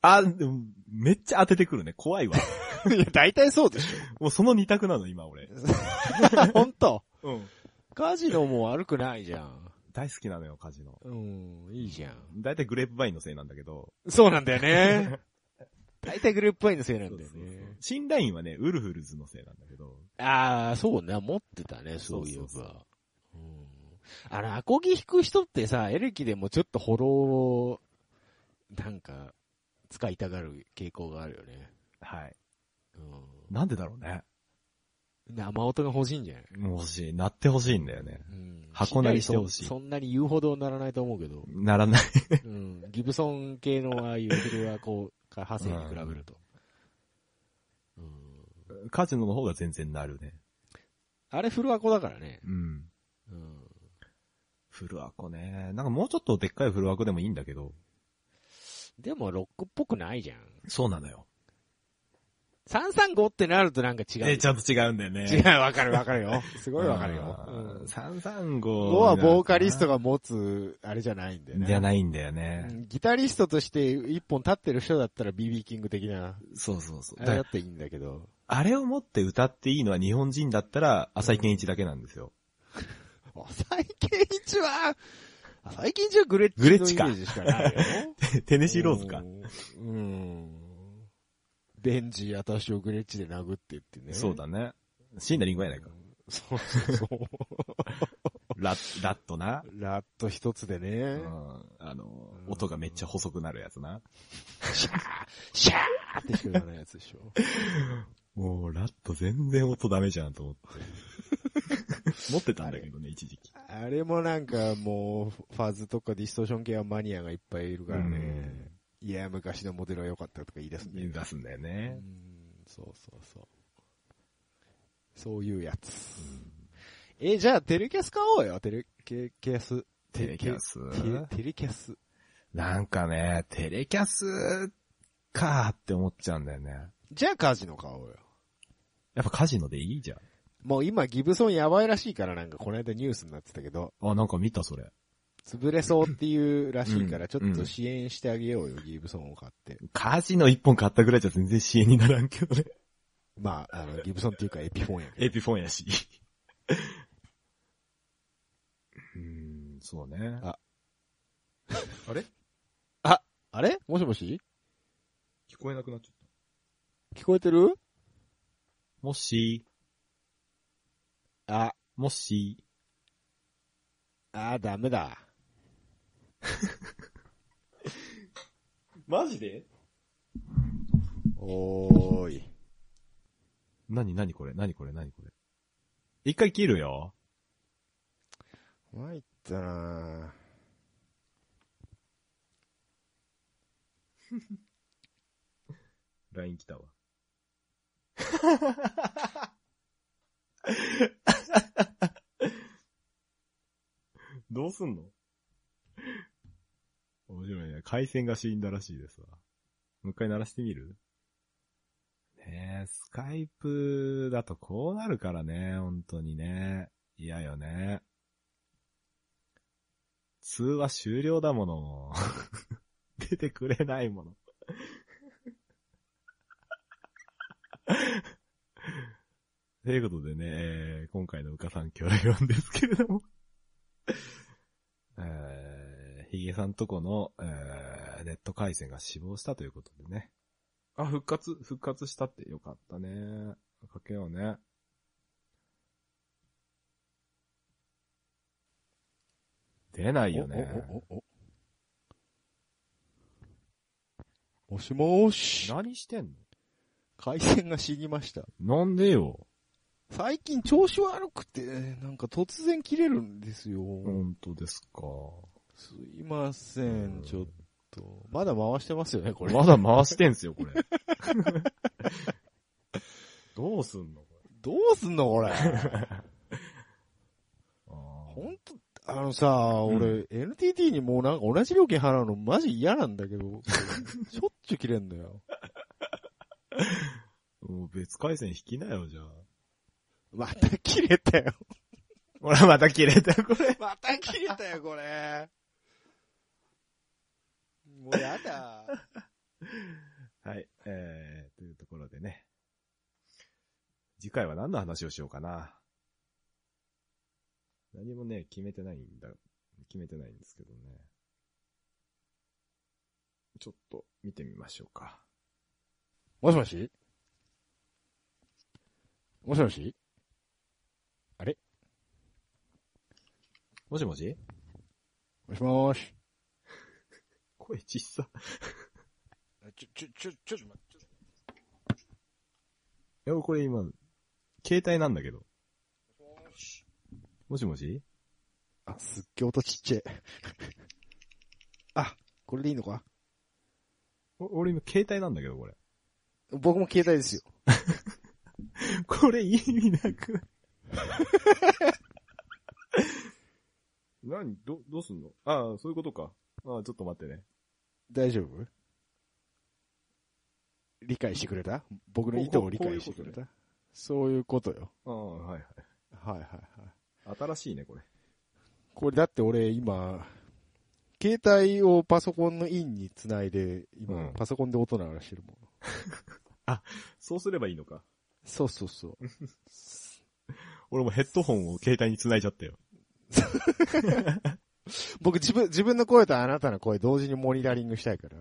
あ、でもめっちゃ当ててくるね。怖 いわ。いや、大体そうでしもうその二択なの、今俺。 ょ。ほんと。うん。カジノも悪くないじゃん。大好きなのよ、カジノ。うん、いいじゃん。大体グレープバインのせいなんだけど。そうなんだよ ね。大体グループワインのせいなんだよそうそうそうね。新ラインはね、ウルフルズのせいなんだけど。ああ、そうね、持ってたね、そういえそうそうそば。うんあの、アコギ弾く人ってさ、エレキでもちょっとフォローを、なんか、使いたがる傾向があるよね。はい。うん。なんでだろうね。生音が欲しいんじゃないもう欲しい。鳴って欲しいんだよね。うん箱なりしてほしい、そんなに言うほどならないと思うけどならない。うん、ギブソン系のああいうフルアコーか派生に比べると。うん、カジノの方が全然なるね。あれフルアコだからね。うん。うん、フルアコね。なんかもうちょっとでっかいフルアコでもいいんだけど。でもロックっぽくないじゃん。そうなのよ。 335ってなるとなんか違う。え、ちょっと違うんだよね。違う、わかるわかるよ。 すごいわかるよ。うん335。 5はボーカリストが持つ、あれじゃないんだよね。じゃないんだようね。んギタリストとして一本立ってる人だったら BB キング的な、そうそうそう。あだれだからっていいんだけど。あれを持って歌っていいのは日本人だったら、浅井健一だけなんですよ。浅井健一は、浅井健一はグレッチのグレイッチメかージしかないよ。テネシーローズか。うん。うん。ベンジ、私をグレッチで殴ってってね。そう。だね。シンダリンゴやないか。そうそうそう。ララットな。ラット一つでうね、ん。あの、音がめっちゃ細くなるやつな。シャーシャーってしか言わないやつでしょ。もう、ラット全然音ダメじゃんと思って。 持ってたんだけどね、一時期。あれもなんかもう、ファズとかディストーション系はマニアがいっぱいいるからね。いや、昔のモデルは良かったとか言い出すんだよね。出すんだようね。ん、そうそうそう。そういうやつ。え、じゃあテレキャス買おうよ。テレ、ケ、ケアス。テレキャス。テレテレキャス。なんかね、テレキャスかーって思っちゃうんだよね。じゃあカジノ買おうよ。やっぱカジノでいいじゃん。もう今ギブソンやばいらしいからなんかこの間ニュースになってたけど、あ、なんか見たそれ。潰れそうっていうらしいからうんちょっと支援してあげようよ、ギブソンを買って。カジノ一本買ったぐらいじゃ全然支援にならんけどね。まあ、あの、ギブソンっていうかエピフォンやけど。エピフォンや し。うーん、そうね。ああ、あれもしもし聞こえなくなっちゃった。聞こえてるもし、あ、もし、あー、ダメだ。マジでおーい。なになにこれなにこれなにこれ一回切るよ。参ったなライン来 たわ。どうすんの面白いね。回線が死んだらしいですわ。もう一回鳴らしてみるねえ、スカイプだとこうなるからね、本当にね。嫌よね。通話終了だもの。出てくれないも の。ということでね、えー今回のうかさん協力ですけれども、えー、ヒゲさんとこの、えーネット回線が死亡したということでね。あ、復活、復活したってよかったね。かけようね。出ないよね。お、お、お、お。もしもーし。何してん回線が死にました。のなんでよ。最近調子悪くて、なんか突然切れるんですよ。本当ですか。すいません、ちょっと。まだ回してますよね、これ。まだ回してんす よ、これ。どうすんのこれ。どうすんの、これ。ほんと、あのさ、うん俺、NTT にもうなんか同じ料金払うのマジ嫌なんだけ ど、しょっちゅう切れんだよ。もう別回線引きなよ、じゃあ。また切れたよ。ほら、また切れた、これ。 また切れたよ、これ。もうやだ。はい、えー、というところでね。次回は何の話をしようかな。何もね、決めてないんだ、決めてないんですけどね。ちょっと見てみましょうか。もしもしもしもしもしもしもしもーし。声小さ。ちょ、ちょ、ちょ、ちょっと待って。いや、これ今、携帯なんだけど。もしもーしもしもしあ、すっげえ音ちっちゃい。あ、これでいいのかお俺今携帯なんだけど、これ。僕も携帯ですよ。 これ意味なく。何ど、どうすんのああ、そういうことか。ああ、ちょっと待ってね。大丈夫理解してくれた僕の意図を理解してくれたそういうことよ。ああ、はいははいはいはい。い。新しいね、これ。これだって俺今、携帯をパソコンのインにつないで、今、うんパソコンで音鳴らしてるもん。そうすればいいのか。そうそうそう。俺もヘッドホンを携帯に繋いじゃったよ。 僕自分、自分の声とあなたの声同時にモニタリングしたいから。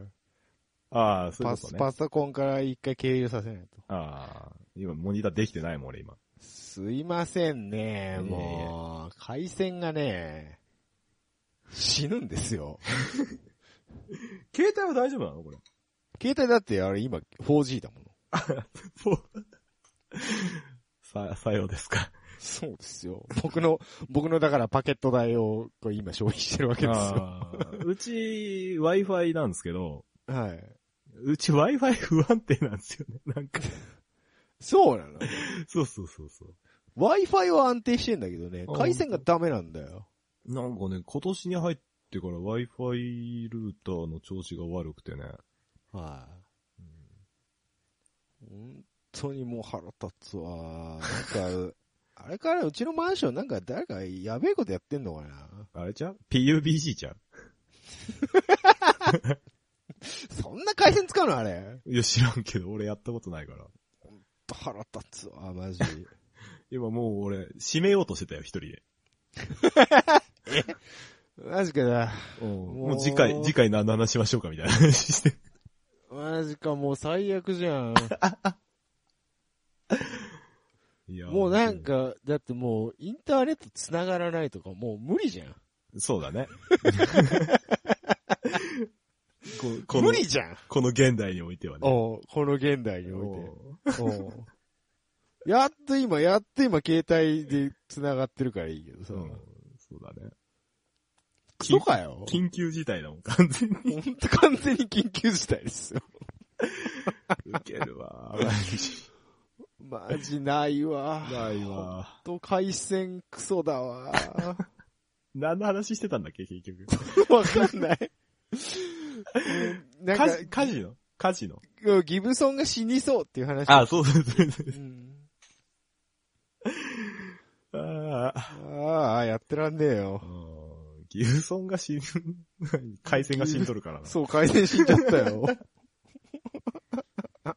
ああ、そういパうこスとね。パソコンから一回経由させないと。ああ、今モニターできてないもん、俺今。すいませんね、いえいえもう、回線がね、死ぬんですよ。携帯は大丈夫なのこれ。携帯だってあれ今 4G だもの。さ、さようですか。そうですよ。僕の、僕のだからパケット代をこれ今消費してるわけですよ。あーうち Wi-Fi なんですけど、はい。うち Wi-Fi 不安定なんですよね。 なんか、そうなの。そうそうそうそう。 Wi-Fi は安定してんだけどね、あ回線がダメなんだよ。なんかね、今年に入ってから Wi-Fi ルーターの調子が悪くてね。はい、本当にもう腹立つわ。なんか、 あれからうちのマンションなんか誰かやべえことやってんのかなあれちゃう ?PUBG ちゃそんな回線使うのあ れ。ういや、知らんけど、俺やったことないから。腹立つわ、マジ。今もう俺、閉めようとしてたよ、一人で。マジかだ。もう次回、次回何の話しましょうかみたいな 話して。マジか、もう最悪じゃん。いやーもうなん、か、だってもう、インターネット繋がらないとかもう無理じゃん。そうだ ね。ここの無理じゃんこの現代においてはね。おうこの現代においおうて。おうやっと今、やっと今携帯で繋がってるからいいけどさ。うんそうだね。クソかよ。緊急事態だもん、完全に。ほんと完全に緊急事態ですよ。ウケるわ。ママジジないわ。ない。わ。と回線クソだわ。 何の話してたんだっけ、結局。わかんない。うんなんカかジ、カジノカジノギブソンが死にそうっていう話。あ、そうそうそうそうう。んああ。ああ、やってらんねえよう。んギブソンが死ぬ。回線が死んどるからな。そう、回線死んじゃったよ。 あ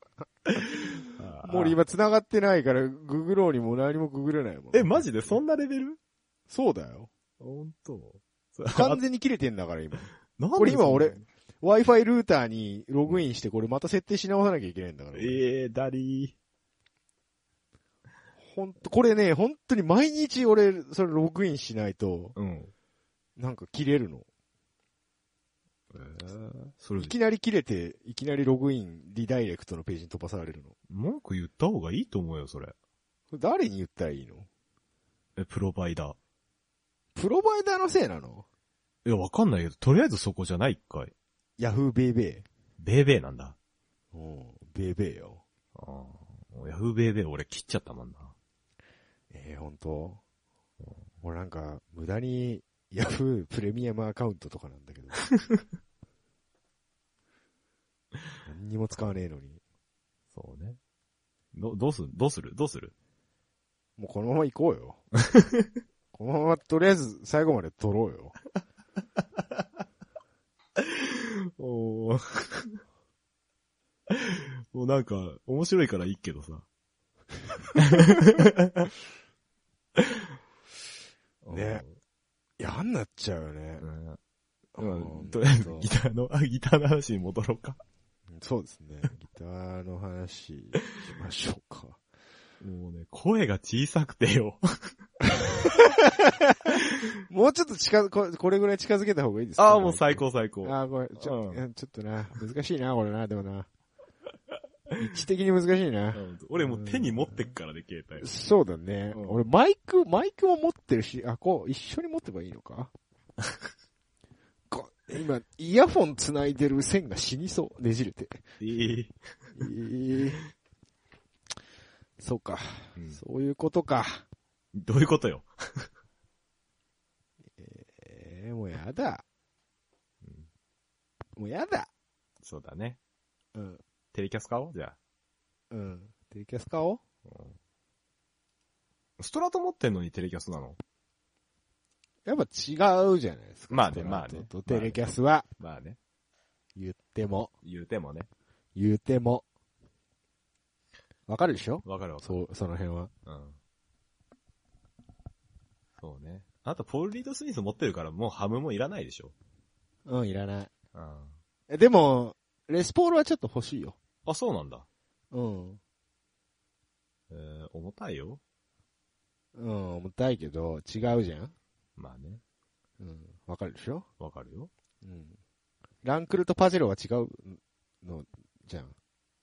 ーもう俺今繋がってないから、ググろうにも何もググれないもん。え、マジでそんなレベルそうだよ。本当。 完全に切れてんだから今。なんこれ今俺でそんな Wi-Fi ルーターにログインしてこれまた設定し直さなきゃいけないんだから。ええダリー。ほんと、これね、本当に毎日俺、それログインしないと、うん。なんか切れるの。えそれい、きなり切れて、いきなりログイン、リダイレクトのページに飛ばされるの。文句言った方がいいと思うよ、それ。これ誰に言ったらいいのえ、プロバイダー。プロバイダーのせいなのいや、わかんないけど、とりあえずそこじゃない、一回。ヤフーベイベー。ベーベーなんだ。うん、ベイベーよ。ああ。ヤフーベーベー俺切っちゃったもんな。ええ本当。俺なんか、無駄に Yahoo プレミアムアカウントとかなんだ けど。何にも使わねえのに。そうね。ど、どうするどうするどうするもうこのまま行こう よ。このままとりあえず最後まで取ろうよ。おお。もうなんか、面白いからいいけど さ。ね嫌になっちゃうよねう。ん。ううんんとりあえずそうギターの、あ、ギターの話に戻ろうか。そうですね。ギターの話しましょうか。もうね、声が小さくてよ。もうちょっと近づ、ここれぐらい近づけた方がいいですかああ、もう最。高最高。ああ、ごめん。ちょ,、うんちょっとな、難しいな、これな、でもな。一致的に難しいな。うん俺もう手に持ってっからね、携帯。そうだね、うん俺、マイク、マイクも持ってるし、あ、こう、一緒に持ってばいいのかこ今、イヤフォン繋いでる線が死にそう。ねじれて。いい。えーそうか、うんそういうことか。どういうことよ。えー、もうやだ。もうやだ。そうだね。うん。テレキャス買おうじゃうん。テレキャス買おうあ。ストラト持ってんのにテレキャスなのやっぱ違うじゃないですか。まあストラねトまあねとテレキャスは、まあね。言っても、言うてもね。言うても。わかるでしょわかるわかる。そう、その辺は。うん。そうね。あと、ポール・リード・スミス持ってるから、もうハムもいらないでしょ。うん、いらない。うん。えでも、レスポールはちょっと欲しいよ。あ、そうなんだ。うん。えー、重たいよ。うん、重たいけど、違うじゃんまあね。うん。わかるでしょわかるよ。うん。ランクルとパジェロは違うの、じゃん。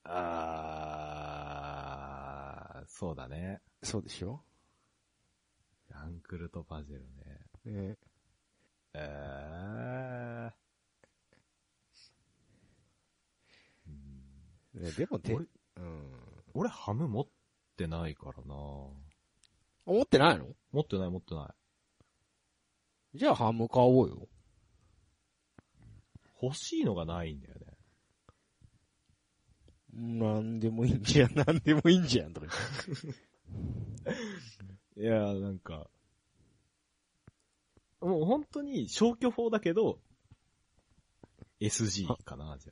あー、そうだね。そうでしょランクルとパジェロね。ねえー。うんねでもて、俺うん。俺ハム持ってないからな思ってないの持ってない持ってない。じゃあハム買おうよ。欲しいのがないんだよね。なんでもいいんじゃん、なんでもいいんじゃん、とか言っていやー、なんか、もう本当に消去法だけど、SG かな、じ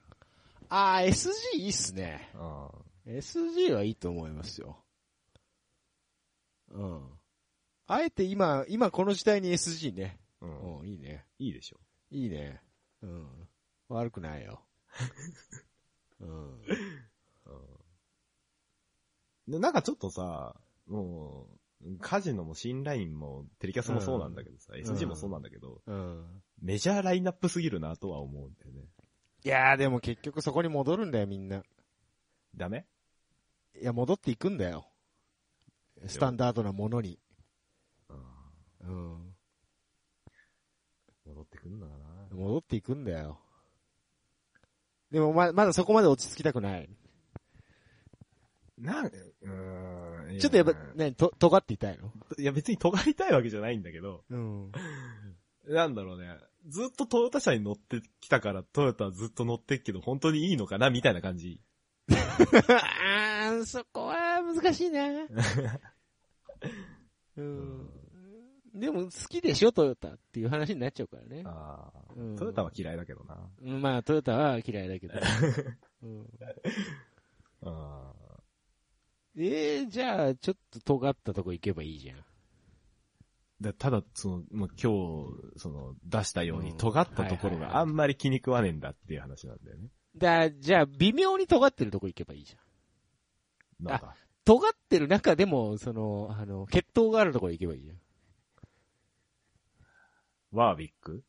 あー、SG いいっすね。ゃあ。 SG はいいと思いますよ。うん。あえて今、今この時代に SG ね。うん。うん。うん、いいね。いいでしょ。いいね。うん。悪くないよ。うん。うん。で、なんかちょっとさ、もう、カジノも新ラインも、テレキャスもそうなんだけどさ、SG もそうなんだけど、うん。メジャーラインナップすぎるなとは思うんだよね。いやーでも結局そこに戻るんだよ、みんな。ダメいや、戻っていくんだよ。スタンダードなものに。うん。うん。戻ってくんのかな戻っていくんだよ。でもま、まだそこまで落ち着きたくない。なん、うーん。ちょっとやっぱい、ね、と、尖っていたいのいや別に尖りたいわけじゃないんだけど、うん。なんだろうね。ずっとトヨタ車に乗ってきたから、トヨタはずっと乗ってっけど、本当にいいのかなみたいな感じ。あー、そこは難しい な。うん。でも好きでしょ、トヨタっていう話になっちゃうからね。ああ、うんトヨタは嫌いだけどな。うんまあ、トヨタは嫌いだけ ど。うんああ。えー、じゃあ、ちょっと尖ったとこ行けばいいじゃん。だただ、その、もう今日、その、出したよううにん尖ったとこはいはろいはいがあんまり気に食わねえんだっていう話なんだよね。だじゃあ、微妙に尖ってるとこ行けばいいじゃん。なんか。尖ってる中でも、その、あの、血統があるとこ行けばいいじゃん。ワービック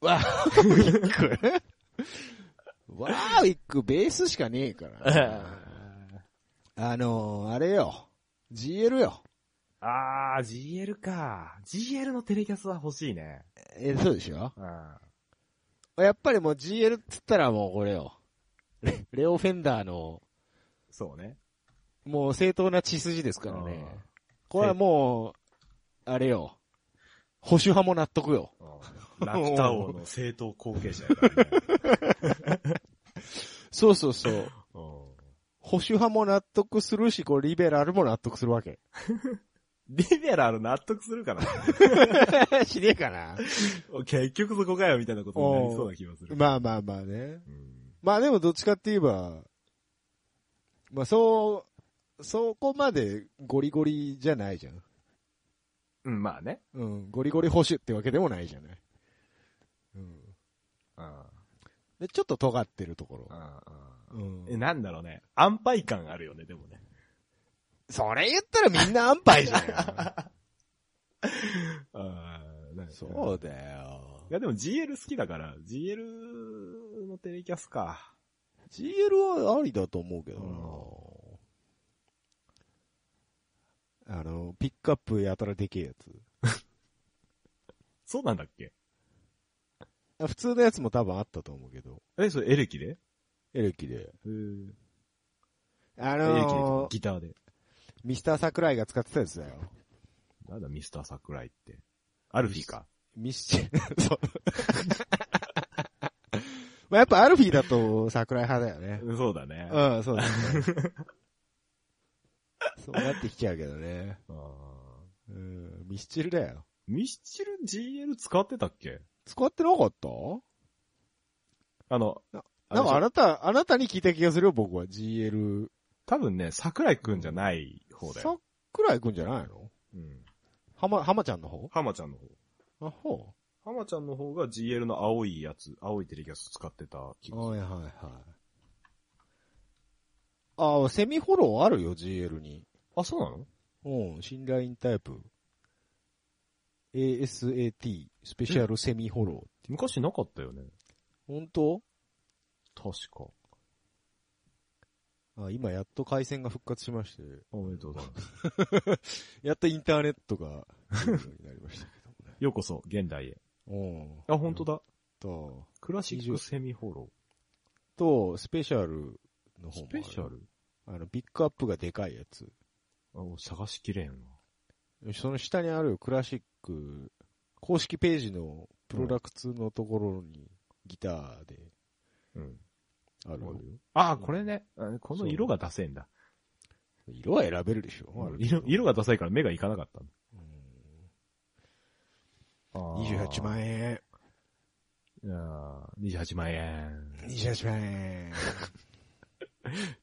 ワーウィックワーウィックベースしかねえから。 あのー、あれよ。GL よ。 あー、GL か。GL のテレキャスは欲しいね。えーそうでしょうん。やっぱりもう GL っつったらもうこれよ。レレオ・フェンダーの、そうね。もう正当な血筋ですからねうん。これはもう、あれよ。保守派も納得よ。うんラピュタ王の正当後継者やからね。そうそうそう。うん 保守派も納得するし、こう、リベラルも納得するわけ。リベラル納得するかな しねえかな。結局そこかよみたいなことになりそうな気がする。まあまあまあね。うんまあでもどっちかって言えば、まあそう、そこまでゴリゴリじゃないじゃん。うん、まあね。うん、ゴリゴリ保守ってわけでもないじゃない。うん。うん。で、ちょっと尖ってるところう。んうんうんえ、なんだろうね。安牌感あるよね、でもね。それ言ったらみんな安牌じゃん。ああ、なんか そうだよい。やでも GL 好きだから、GL のテレキャスか。 CL はありだと思うけどな。あの、ピックアップやたらでけえやつ。そうなんだっけあ普通のやつも多分あったと思うけど。え、それエレキでエレキで。えー、あエレキでのーギターで。ミスター桜井が使ってたやつだよ。なんだミスター桜井って。アルフィーか。ミスチ ル、そう。まあやっぱアルフィーだと桜井派だよね。そうだねあうん、そうだ、ね。 そうなってきちゃうけどね。ーうん、ミスチルだよ。ミスチル GL 使ってたっけ使ってなかったあの、あれなんでしかょあなた、あなたに聞いた気がするよ、僕は。GL。多分ね、桜井くんじゃない方だよ。桜井くんじゃないのうん。浜、浜ちゃんの方浜ちゃんの方。あ、ほ浜ちゃんの方が GL の青いやつ、青いテレキャス使ってた気う。がすはいはいはい。ああ、セミフォローあるよ、GL に。る。あ、そうなのうん、信頼インタイプ。ASAT、スペシャルセミフォロ昔なかったよね。ー。本当確か。あ今やっと回線が復活しまして、おめでとうございます。やっとインターネットが、出るようになりましたけようこそ、現代へ。どもね。うん。あ、本当だ。と、クラシックセミフォロと、スペシャルの方ー。スもあペる。シャルあの、ピックアップがでかいやつ。あ探しきれんわ。その下にあるクラシック、公式ページのプロダクツのところにギターでうん。ある。ああ、これね。あこの色がダセえんだ。色は選べるでしょ色色が、がダサいから目がいかなかったんだうんあー28万円。あー28万円。 28万円。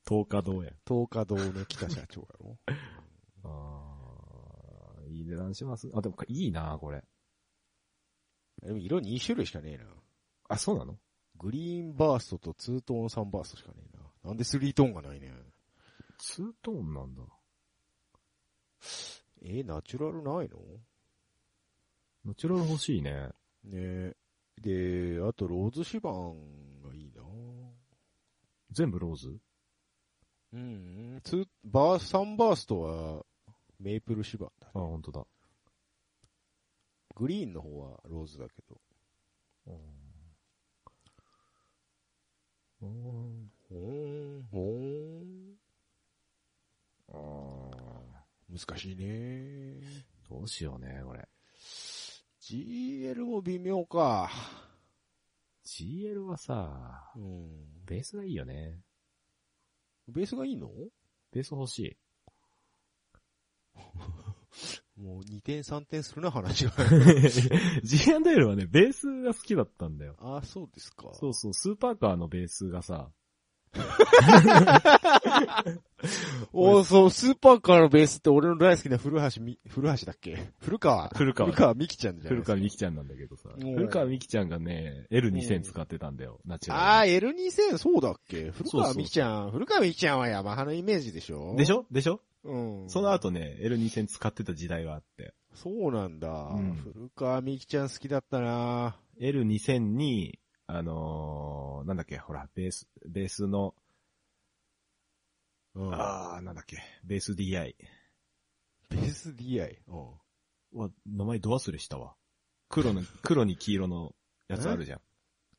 10日どうや。東華堂の北社長やろ。ああ、いい値段します。あ、でも、いいな、これ。でも色2種類しかねえな。あ、そうなのグリーンバーストとツートーンサンバーストしかねえな。なんでスリートーンがないね。ツートーンなんだ。えーナチュラルないのナチュラル欲しいね。ねえ。で、あとローズシバンがいいな。全部ローズうん、ツー、バー、サンバーストは、メープルシバンだ。あ、本当だ。グリーンの方はローズだけど。うん。ほーん、ほーん。ああ、難しいね。どうしようね、これ。 GL も微妙か。 GL はさ、うん。ベースがいいよね。ベースがいいのベース欲しい。もう2点3点するな話が。 G&L はね、ベースが好きだったんだよ。 あ、そうですか。そうそう、スーパーカーのベースがさ、おそう、スーパーカーのベースって俺の大好きな古橋み、古橋だっけ古川。古川古川美希ちゃんじゃない古ですか川美希ちゃんなんだけどさ、うん古川美希ちゃんがね、L2000 使ってたんだよ、ナチュあラあ、L2000 そうだっけ古そうそ川う美希ちゃん。古川美希ちゃんはヤマハのイメージでしょル。でしょょでしょうん。その後ね、L2000 使ってた時代があって、そうなんだ。ん古川美希ちゃん好きだったな L2000 に、あのー、なんだっけ、ほら、ベース、ベースの、うん。あー、なんだっけ、ベース DI。ベース DI。うん。うわ、名前ど忘れしたわ。黒 の、黒に黄色のやつあるじゃん。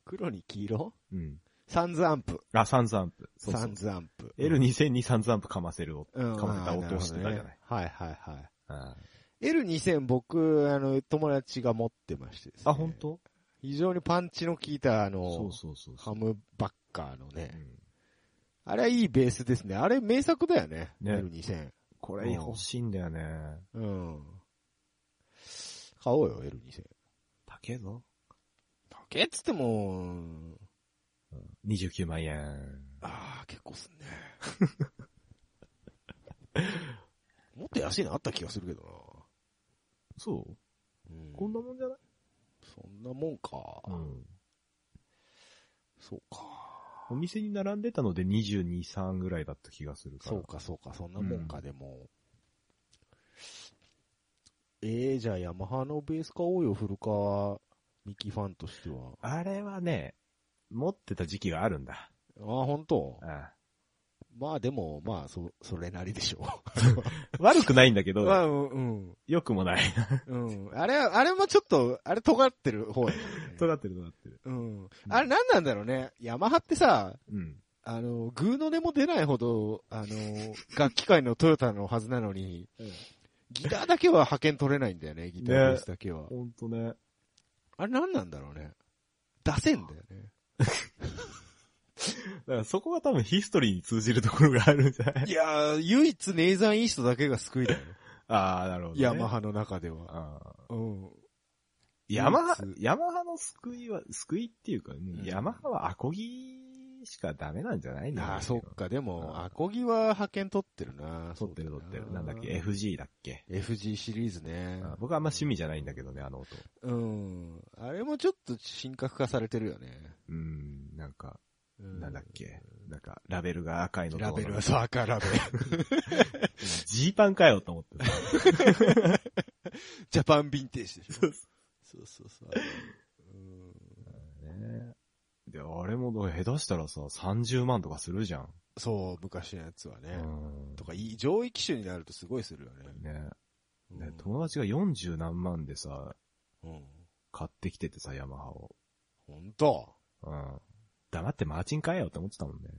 黒に黄色うん。サンズアンプ。あ、サンズアンプ。そうサそうン。ズアンプ。 L2000 にサンズアンプかませるを。うん、かませたあー音をしてたじゃるほどなねい。はいはいはい。あ L2000 僕、あの、友達が持ってましてですね。本当？非常にパンチの効いた、あの、そうそうそうそハう。ムバッカーのね。うんあれはいいベースですね。あれ名作だよね。ね L2000。これ欲しいんだよね。うん。買おうよ、L2000。だけど高えっつっても、 ?29 万円。ああ、結構すん ね。もっと安いのあった気がするけどそうな。うこんなもんじゃないそんなもんか。うん。そうか。お店に並んでたので22、3ぐらいだった気がするから。そうか、そうか、そんなもんか、うんでも。ええじゃあヤマハのベース買おうよ、古川ミキファンとしては。ああれはね、持ってた時期があるんだ。あ、本当 あまあでも、まあ、そ、それなりでしょあ悪くないんだけう。ど、まあ、うん、良くもない。うん。あれ、あれもちょっと、あれ尖ってる方や、ね。 尖ってる尖ってる。うん。あれ何なんだろうね。ヤマハってさ、うん。あの、グーの音も出ないほど、あの、楽器界のトヨタのはずなのに、ギターだけは派遣取れないんだよね、ギターベースだけは。ほんとね。あれ何なんだろうね。出せんだよね。だからそこは多分ヒストリーに通じるところがあるんじゃないいやー、唯一ネイザンいい人だけが救いだよ。 ああ、なるほど、ね。 ヤマ。ハの中では。あーうん。ヤマハ唯、一ヤマハの救いは、救いっていうか、うんんヤマハはアコギしかダメなんじゃないんだああ、そっか。でうも、んアコギは派遣取ってるな。撮ってる撮ってる。そうだなよんだっけ、FG だっけ。 FG シリーズね。あ僕はあんま趣味じゃないんだけどね、あの音。うん。あれもちょっと神格化されてるよね。うん、なんか、うなんだっけ。なんか、ラベルが赤いのとラベルはそう、赤ラベル。 ジーパンかよと思ってさ。ジャパンヴィンテージでしょ。そうそうそう。うんねで、あれもどう、下手したらさ、30万とかするじゃん。そう、昔のやつはうね。ん。とか、いい上位機種になるとすごいするよね。ねうねん友達が40何万でさ、うん。買ってきててさ、ヤマハを。ほんと。うん。黙ってマーチン買えよって思ってたもんね。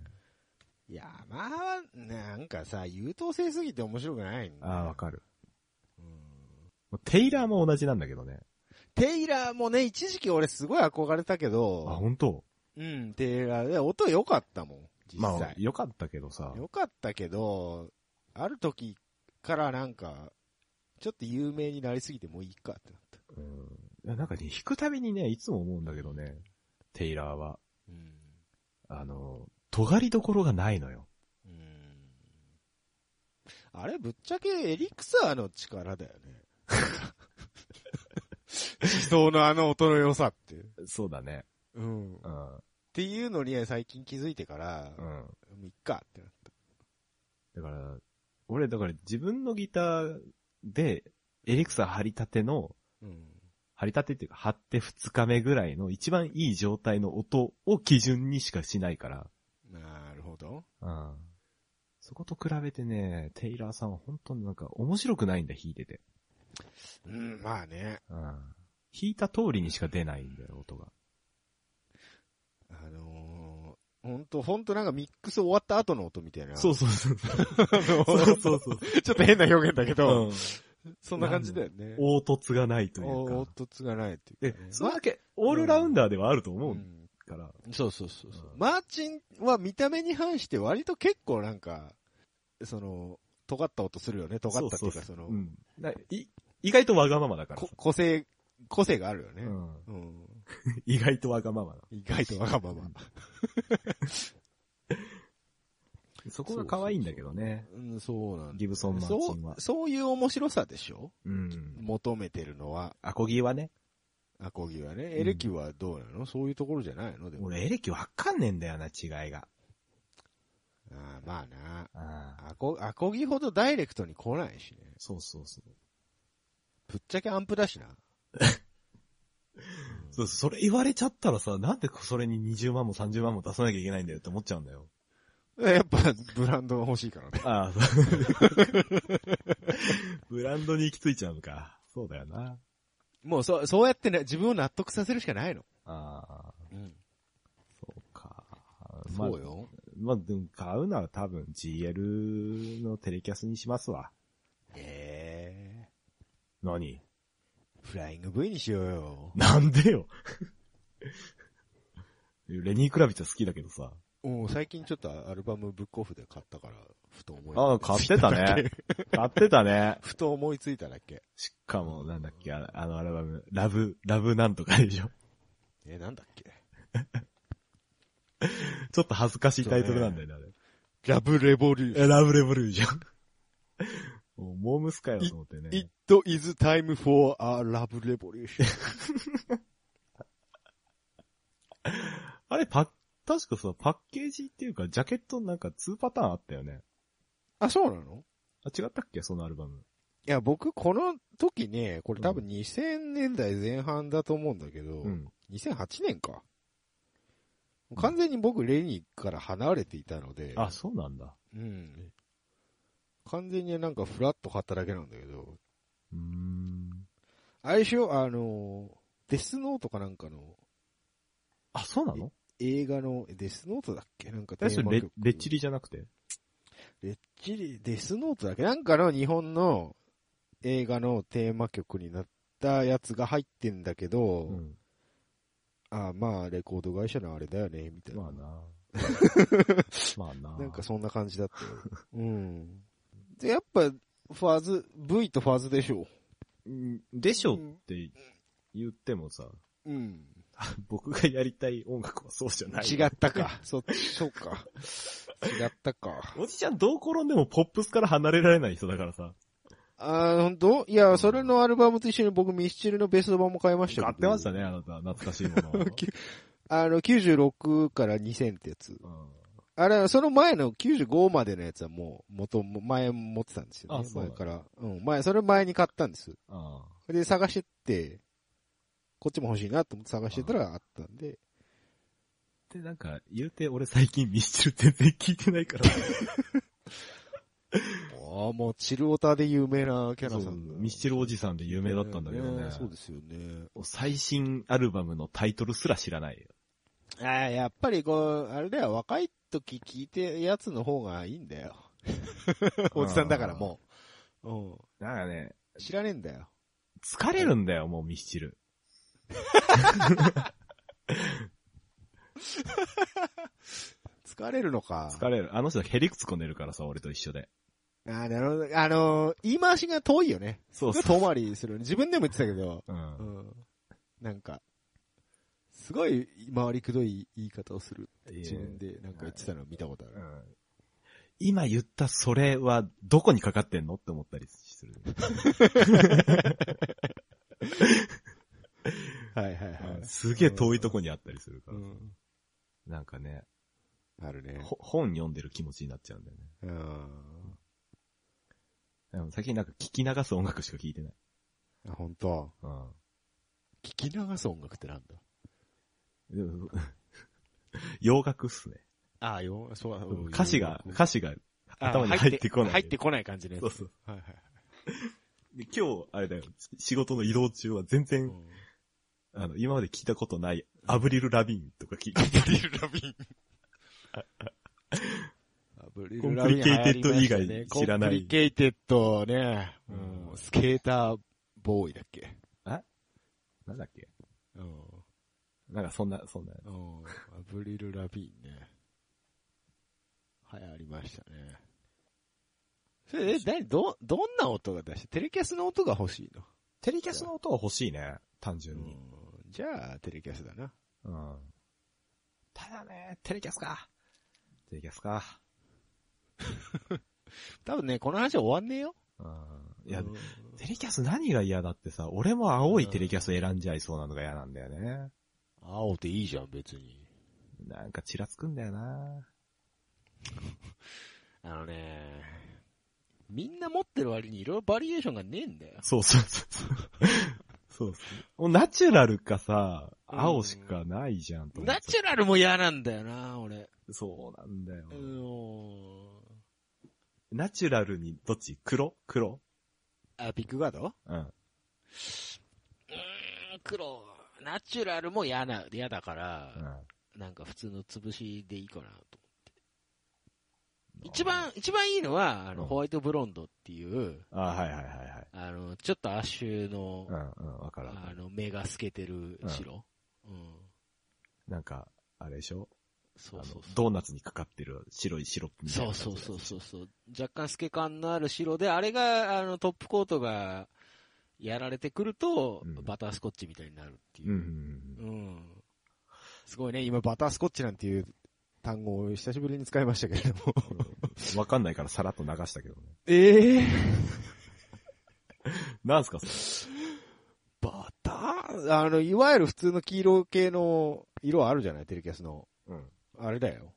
いや、まあ、なんかさ、優等生すぎて面白くないんだよああ、わかる。うんもうテイラーも同じなんだけどね。テイラーもね、一時期俺すごい憧れたけあ、ど、本当うん、テイラーで音良かったもん、実まあ、際。良かったけどさ。良かったけど、ある時からなんか、ちょっと有名になりすぎてもういいかってなった。うん。いやなんかね、弾くたびにね、いつも思うんだけどね、テイラーは。うん。あの、尖りどころがないのよ。うん。あれ、ぶっちゃけエリクサーの力だよ ね。思想のあの音の良さって。そうだね。うん。っうん。ていうのにね最近気づいてから、うもん。ういっかってなった。だから、俺、だから自分のギターで、エリクサー張り立ての、うん。張り立てっていうか、張って2日目ぐらいの一番いい状態の音を基準にしかしないから。なるほど。うん。そこと比べてね、テイラーさんは本当になんか面白くないんだ、弾いてて。うん、まあね。うん。弾いた通りにしか出ないんだよ、音が。あのー、ほんと、ほんとなんかミックス終わった後の音みたいな。そうそうそう。あの そうーそうそう。 ちょっと変な表現だけど、うん。そんな感じだよね。凹凸がないというおかお。っとつがないっていうでかね、それだけ、オールラウンダーではあるとま思ううんから。そうそうそうそう、うんマーチンは見た目に反して割と結構なんか、その、尖った音するよね。尖ったっていうか、その、うんだい意外とわがままだからこさ。個性、個性があるよねう。んうん。意外とわがままだ。意外とわがまま。そこが可愛いんだけどね。うん、そうなんだ。ギブソン・マーそチンうは、。そういう面白さでしょうん。求めてるのは。アコギはね。アコギはね、エレキはどうなの、そういうところじゃないのでも。俺、エレキわかんねえんだよな、違いが。あーまあな。ああ。アコ、アコギほどダイレクトに来ないしね。そうそうそう。ぶっちゃけアンプだしな。そうそう、それ言われちゃったらさ、なんでそれに20万も30万も出さなきゃいけないんだよって思っちゃうんだよ。 やっぱ、ブランドが欲しいからね。ああ、 ブランドに行き着いちゃうのか。そうだよな。もう、そう、そうやってね、自分を納得させるしかないの。ああ、うん。そうか。まあそうよ。まあ、でも買うなら多分 GL のテレキャスにしますわ。ええ何フライング V にしようよ。なんでよ レニー・クラビッチは好きだけどさ。うん、最近ちょっとアルバムブックオフで買ったから、ふと思いああ、買って たね。 買ってたね。ふと思いついただけ。しかも、なんだっけ、ああのアルバム、ラブ、ラブなんとかでしょ。え、なんだっけ。ちょっと恥ずかしいタイトルなんだよね、あれ。ラブレボリューショえ、ラブレボリューション。 もう、モームスかよと思ってン。ね。 It is time for a love revolution. あれ、パ、確かさ、パッケージっていうか、ジャケットなんか2パターンあったよね。あ、そうなのあ、違ったっけそのアルバム。いや、僕、この時ね、これ多分2000年代前半だと思うんだけど、うん。 2008年か。完全に僕、レニーから離れていたので、あ、そうなんだ。うん。完全になんかフラッと買っただけなんだけど、うーん。あれでしょ、あの、デスノートかなんかの、あ、そうなの映画の、デスノートだっけなんかえ、それレ、レッチリ。リじゃなくてレッチリ、デスノートだっけなんかの日本の映画のテーマ曲になったやつが入ってんだけど、うん。あまあ、レコード会社のあれだよね、みたいな。まあな。ま あな。なんかそんな感じだ ったよ。うん。で、やっぱ、ファズ、V とファズでしょうんでしょって言ってもさ、 う。うん。僕がやりたい音楽はそうじゃない。違った か。そっち、そうか。違ったか。おじちゃんどう転んでもポップスから離れられない人だから さ。あー、ほんといや、それのアルバムと一緒に僕ミスチルのベスト版も買いましたけど買ってましたね、あなた。懐かしいものを。きあの、96から2000ってやつ。うんあれ、その前の95までのやつはもう、元、前持ってたんですよ、ね。あそう前なんだから。うん、前、それ前に買ったんです。あで、探してって、こっちも欲しいなと思って探してたらあったんで、あで、なんか、言うて俺最近ミスチル全然聞いてないから。ああ、もうチルオタで有名なキャラさ そうんだ。ミスチルおじさんで有名だったんだけどね。そうですよね。最新アルバムのタイトルすら知らないよ。ああ、やっぱりこう、あれだよ、若い時聞いてるやつの方がいいんだよ。 おじさんだからもう。うん。なんかね、知らねえんだよ。疲れるんだよ、もうミスチル。疲れるのか。疲れる。あの人ヘリクツこねるからさ、俺と一緒で。ああ、なるほど。あのー言い回しが遠いよね。そうそう。遠回りする。自分でも言ってたけど。うんう。ん。なんか、すごい回りくどい言い方をする。自分でなんか言ってたのを見たことあうる。ん今言ったそれはどこにかかってんのって思ったりする。はいはいはい。すげえ遠いとこにあったりするかうら。ん。なんかね、あるね。ほ本読んでる気持ちになっちゃうんだよね。うん。でも最近なんか聞き流す音楽しか聞いてない。あ本当うん。聞き流す音楽ってなんだでも洋楽っすね。ああ、よ、そうだ歌詞が、歌詞があ頭に入ってこない。入ってこない感じね。そうそう。はいはいで今日、あれだよ、仕事の移動中は全う然、ん。あの、今まで聞いたことない、アブリル・ラビーンと か聞いて、ブリル・ラビン。ブリル・ラビン流行りましたね。コンプリケイテッド以外知らなコンプいリケイテッドね、うんうんスケーターボーイだっけなんだっけうん。なんかそんな、そんな。うん。ブリル・ラビンね。流行りましたね。それ、え、何、ど、どんな音が出して、テレキャスの音が欲しいのテレキャスの音は欲しいね、単純に。うんじゃあ、テレキャスだな。うん。ただね、テレキャスか。テレキャスか。多分ね、この話は終わんねえよ。うん。いや、うんテレキャス何が嫌だってさ、俺も青いテレキャス選んじゃいそうなのが嫌なんだよね。青でいいじゃん、別に。なんかちらつくんだよなあのね、みんな持ってる割にいろいろバリエーションがねえんだよ。そうそうそうそう。そうっすねもうナチュラルかさ、青しかないじゃんと思っナてチュラルも嫌なんだよな、俺。そうなんだよう。ん。ナチュラルに、どっち黒黒あ、ビッグガードううん。ーん、黒。ナチュラルも嫌な、嫌だからう、んなんか普通の潰しでいいかなと。一、番、一番いいのは、あの、うんホワイトブロンドっていう、あはいはいはいはい。あの、ちょっとアッシュのう、んうん、わからあん。の、目が透けてる白。うん。なんか、あれでしょそうそうあそのう。ドーナツにかかってる白いシロップみたいそなうやつそうそうそうそう。若干透け感のある白で、あれが、あの、トップコートが、やられてくると、うんバタースコッチみたいになるっていうう。ん。うんすごいね、今バタースコッチなんていう単語を久しぶりに使いましたけれども。わかんないからさらっと流したけどね。ええなんすかそ バターあの、いわゆる普通の黄色系の色あるじゃない、テレキャスの。れ。うん。あれだよ。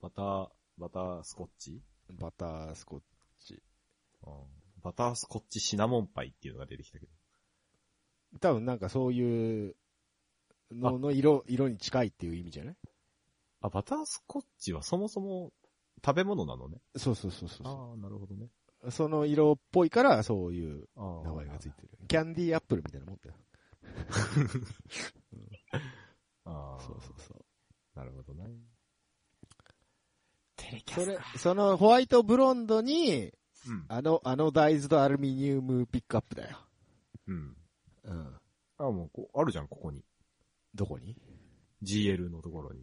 バター、バタースコッチバタースコッチ。うん。バタースコッチシナモンパイっていうのが出てきたけど。多分なんかそういうのの色、色に近いっていう意味じゃないあ、バタースコッチはそもそも食べ物なのね。そうそうそうそうそああ、なるほどね。う。その色っぽいから、そういうああ。名前がついてる。キャンディーアップルみたいなもんだよ。ああ。そうそうそう。なるほどね。テレキそれ、そのホワイトブロンドに、うん。あの、あの大豆とアルミニウムピックアップだよ。うん。うん。あ、もうこ、あるじゃん、ここに。どこに GL のところに。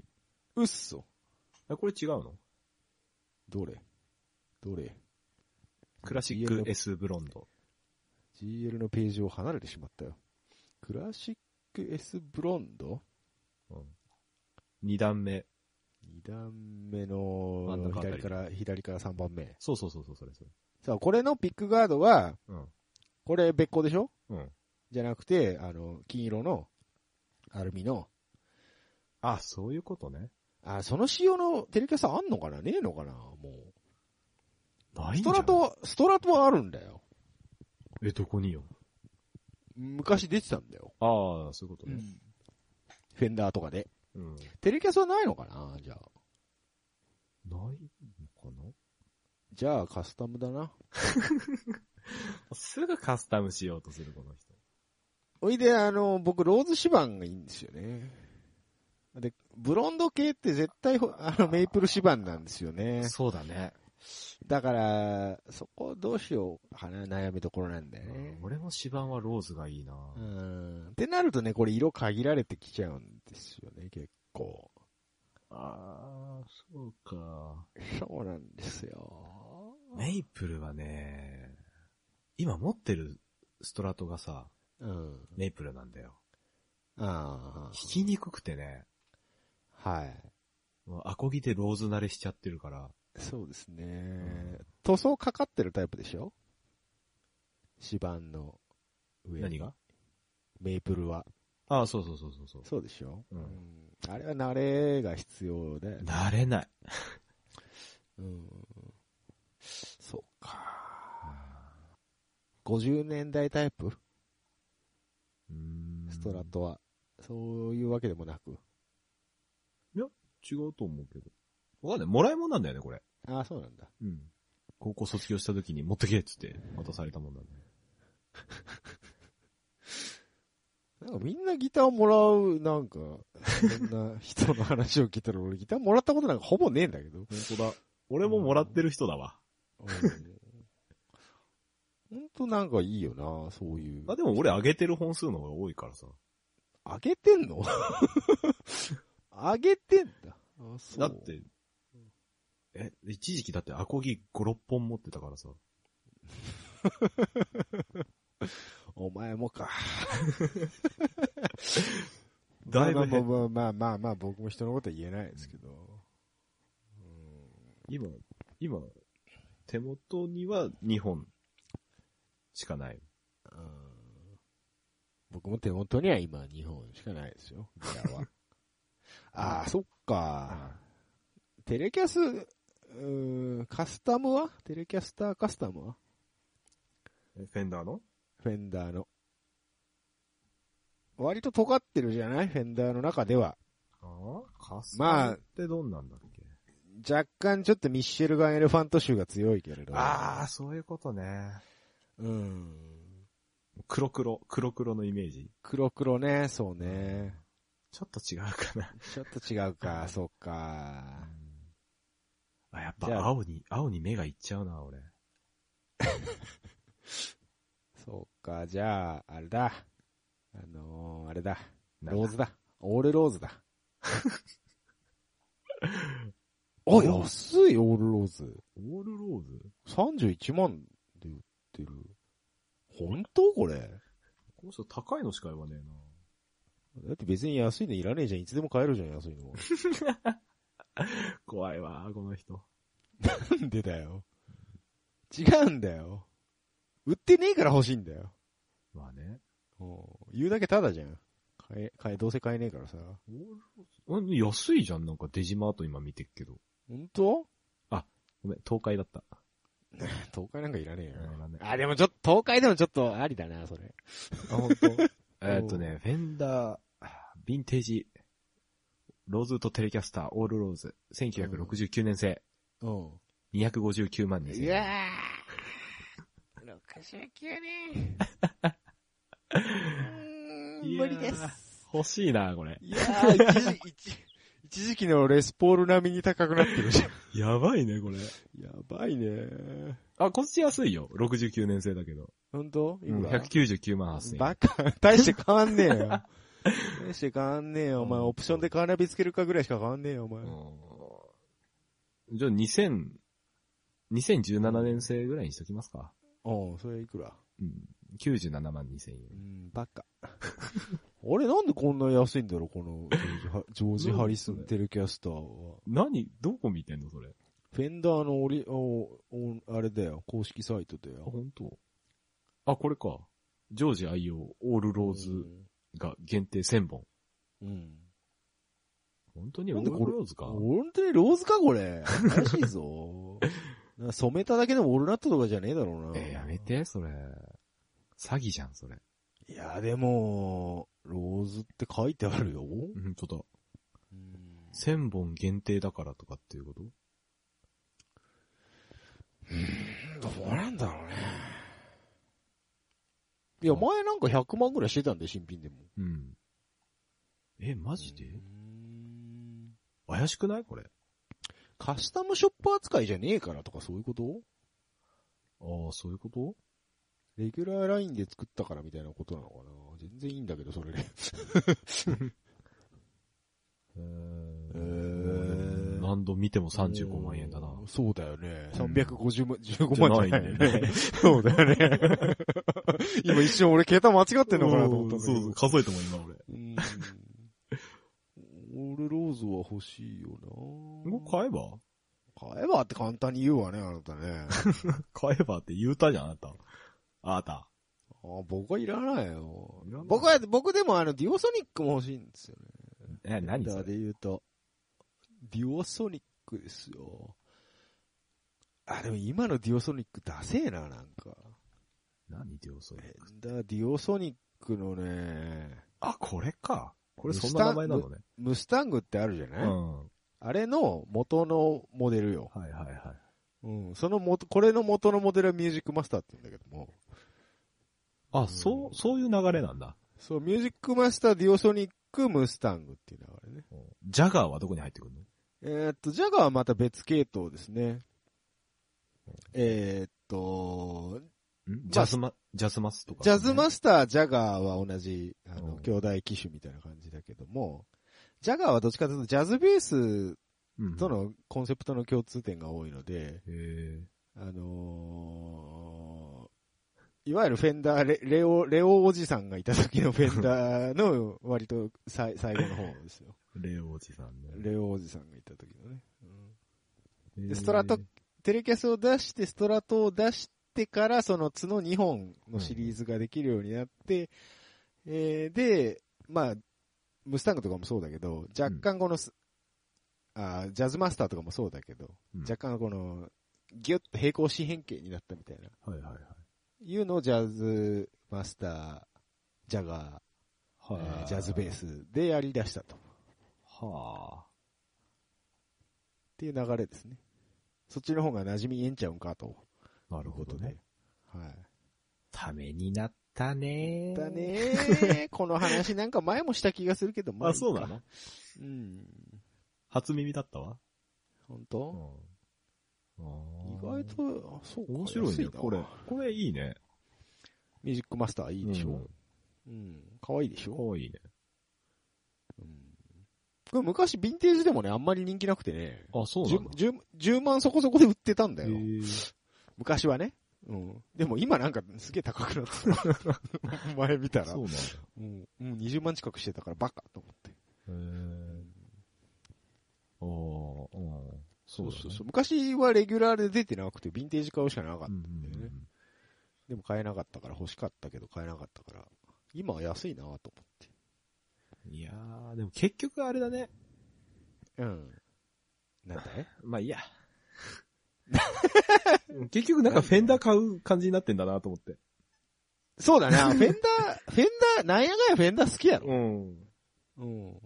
うっそ。あ、これ違うのどれどれクラシッ GL クの S ブロンド。 ?GL のページを離れてしまったよ。クラシック S ブロンドうん。二段目。二段目真んの中あた左りから、左から三番目。そうそうそうそう、それそれ。さあ、これのピックガードは、うん。これ別個でしょうん。じゃなくて、あの、金色のアルミの。あ、そういうことね。あ、その仕様のテレキャスあんのかなねえのかなもなう。いスんじトゃないラトは、ストラトはあるんだよ。え、どこによ。昔出てたんだよ。ああ、そういうことね。フェンダーとかで。うん。ないテレキャスはないのかなじゃあ。のかなじゃあカスタムだな。すぐカスタムしようとする、この人。おいで、あの、僕、ローズシバンがいいんですよね。で、ブロンド系って絶対ほ、あの、メイプルシバンなんですよね。そうだね。だから、そこどうしようかな、悩みどころなんだよね。俺の指板はローズがいいなうん。ってなるとね、これ色限られてきちゃうんですよね、結構。ああ、そうか。 そうなんですよ。メイプルはね、今持ってるストラトがさ、うん。メイプルなんだよ。あ弾きにくくてね、あ。はい。もうアコギでローズ慣れしちゃってるから、そうですね。塗装かかってるタイプでしょ指板の上に。何がメイプルは。ああ、そうそうそうそうそう。そうでしょうんあれは慣れが必要だよね。慣れない。うん。そうか。50年代タイプうーんストラトは。そういうわけでもなく。違うと思うけど。わかんない。もらいもんなんだよね、これ。ああ、そうなんだ。うん。高校卒業した時に持ってけっつって渡されたもんなんだよ。なんかみんなギターもらう、なんか、そんな人の話を聞いたら俺ギターもらったことなんかほぼねえんだけど。本当だ。俺ももらってる人だわ。ほんとなんかいいよな、そういう。あ、でも俺上げてる本数の方が多いからさ。あげてん のあげてんだ。あそうだっ。て、え、一時期だってアコギ5、6本持ってたからさ。お前もか。だいぶまあ減っまあまあまあまあ、僕も人のことは言えないですけど。今、今、手元には2本しかない。うん僕も手元には今2本しかないですよ、ギターは。 ああ、そっか。テレキャス、うーんカスタムはテレキャスターカスタムはえフェンダーのフェンダーの。割と尖ってるじゃないフェンダーの中では。ああカスまタあムってどんなんだっけ、若干ちょっとミッシェルガン・エレファント州が強いけれど。あー、そういうことね。うん。黒黒、黒黒のイメージ。黒黒ね、そうね。ちょっと違うかな。ちょっと違うか、そっか。あ、やっじゃぱあ青に、青に目がいっちゃうな、俺。そっか、じゃあ、あれだ。あのー、あれだ。なんだローズだ。オールローズ だ。あ、安い、オールローズ。オールローズ31万で売ってる。本当これ。この人高いのしか言わねえな。だって別に安いのいらねえじゃん。いつでも買えるじゃん、安いの。怖いわ、この人。なんでだよ。違うんだよ。売ってねえから欲しいんだよ。まあね。うん言うだけただじゃん。買え、買え、どうせ買えねえからさ。オールローズうん安いじゃん、なんかデジマート今見てっけど。本当ごめん、東海だった。 東海なんかいらねえよ。いらねえあ、でもちょっと、東海でもちょっとありだな、それ。あ、本当。えーっとね、フェンダー、ヴィンテージ、ローズウッドテレキャスター、オールローズ、1969年製、 うん。 259万ですいやー !69 ね。うーん無理です。欲しいな、これ。いやー、一時、一一時期のレスポール並みに高くなってるじゃん。やばいね、これ。 やばいねあ、こっち安いよ。69年製だけど。本当うん、199万8000円。バカ、大して変わんねえよ。大して変わんねえよ、お前。オプションでカーナビつけるかぐらいしか変わんねえよ、お前。うんじゃあ2000、2017年生ぐらいにしときますか。おうそれいくらうん。97万2000円。うん、バカ。 あれ、なんでこんな安いんだろう、このジョージハ、ジョージ・ハリスン・テレキャスターは。何どこ見てんのそれ。フェンダーのオリ、お、お、あれだよ、公式サイトだあ、よ。本当。あ、これか。ジョージ愛用オールローズが限定1000本。うん。本当にオなんーでルこれローズか本当にローズか、これ。怪しいぞ。 な染めただけでもオールナットとかじゃねえだろうな。えーやめ。て、それ。詐欺じゃん、それ。いや、でも、ローズって書いてあるよ。うん、ちょっと。うん1000本限定だからとかっていうことどうなんだろうね。いや、前なんか100万ぐらいしてたんで、新品でも。うん。え、マジでうん怪しくないこれ。カスタムショップ扱いじゃねえからとかそういうことああ、そういうことレギュラーラインで作ったからみたいなことなのかな全然いいんだけど、それで。へへーー何度見ても35万円だな。そうだよね。うん350万、15万じゃないよじゃないんだよね。そうだよね。 今一瞬俺携帯間違ってんのかなと思ったんだけど。そうそう、数えても今俺。うんオールローズは欲しいよなもう買えば買えばって簡単に言うわね、あなたね。買えばって言うたじゃん、あなた。あなた。あ僕はいらないよいらない。僕は、僕でもあの、デュオソニックも欲しいんですよね。え、何だそかられで言うと、デュオソニックですよ。あ、でも今のデュオソニックダセえな、なんか。何ってそれ。だからデュオソニックのね、あ、これか。これそんスタな名前なのね。ムスタングってあるじゃうない、ん。はあれの元のモデルよ。いはいはい。うん、その元、これの元のモデルはミュージックマスターって言うんだけども、あ、そう、そういう流れなんだ。そう、ミュージックマスター、ディオソニック、ムスタングっていう流れね。ジャガーはどこに入ってくるのえーっと、ジャガーはまた別系統ですね。えーっと、んジャズマ、ジャズマスとかね。ジャズマスター、ジャガーは同じ、あの、うん兄弟機種みたいな感じだけども、ジャガーはどっちかというとジャズベースうんとのコンセプトの共通点が多いので、へーあのーいわゆるフェンダーレ、レオ、レオおじさんがいた時のフェンダーの割と最最後の方ですよ。レオおじさんね。レオおじさんがいた時のね。うんへーストラトテレキャスを出して、ストラトを出してから、その角2本のシリーズができるようになって、えーで、まあ、ムスタングとかもそうだけど、若干このス、あージャズマスターとかもそうだけど、うん若干この、ギュッと平行四辺形になったみたいな、はいはいはい。いうのをジャズマスター、ジャガー、はえージャズベー。スでやり出したと。っはあ。ていう流れですね。そっちの方が馴染みええんちゃうんかと。なるいうほこどとねで。。はい。ためになったねだ。 ねこの話なんか前もした気がするけど、まあ、そうなののうん。初耳だったわ。本う当、ん。意外と、あそうか面白いね、安なこれ。これいいね。ミュージックマスターいいでしうょん。うん。可愛いでしかょわいいね。うん。これ昔ヴィンテージでもね、あんまり人気なくてね。あ、そうなん 10, だ。 10 10万そこそこで売ってたんだへよ。ー昔はね。うん。でも今なんかすげえ高くな った。前見たら。そううなんだ。ん。うん、20万近くしてたからバカと思って。へーあーうん。そうだねそう。昔はレギュラーで出てなくて、ヴィンテージ買うしかなかったうんうんうんだよねでも買えなかったから、欲しかったけど買えなかったから、今は安いなと思って。いやー、でも結局あれだね。うん。なんだい まあいいや。結局なんかフェンダー買う感じになってんだなと思って。 そうだな、フ ェンダー、フェンダー、なんやかんやフェンダー好きやろ。うん。うん。